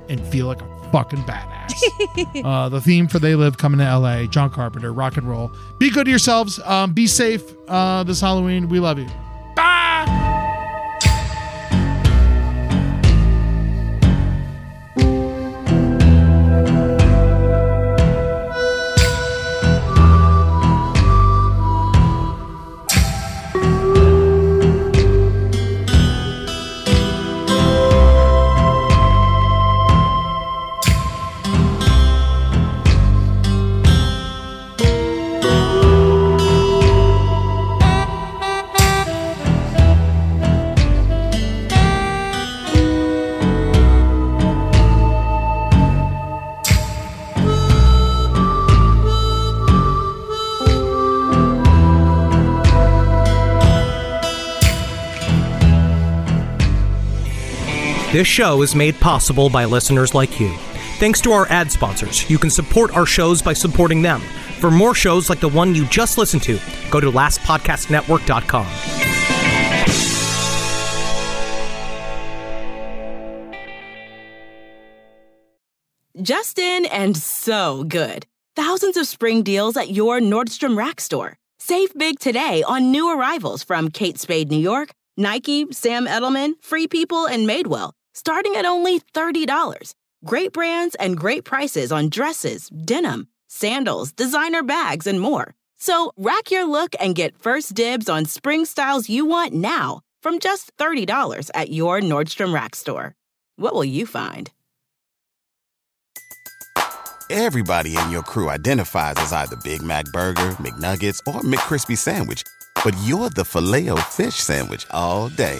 and feel like a fucking badass. uh, the theme for They Live coming to L.A. John Carpenter, rock and roll. Be good to yourselves. Um, be safe uh, this Halloween. We love you. This show is made possible by listeners like you. Thanks to our ad sponsors, you can support our shows by supporting them. For more shows like the one you just listened to, go to lastpodcastnetwork.com. Justin and so good. Thousands of spring deals at your Nordstrom Rack store. Save big today on new arrivals from Kate Spade New York, Nike, Sam Edelman, Free People, and Madewell, starting at only $30. Great brands and great prices on dresses, denim, sandals, designer bags, and more. So rack your look and get first dibs on spring styles you want now from just $30 at your Nordstrom Rack store. What will you find? Everybody in your crew identifies as either Big Mac Burger, McNuggets, or McCrispy Sandwich. But you're the filet fish Sandwich all day.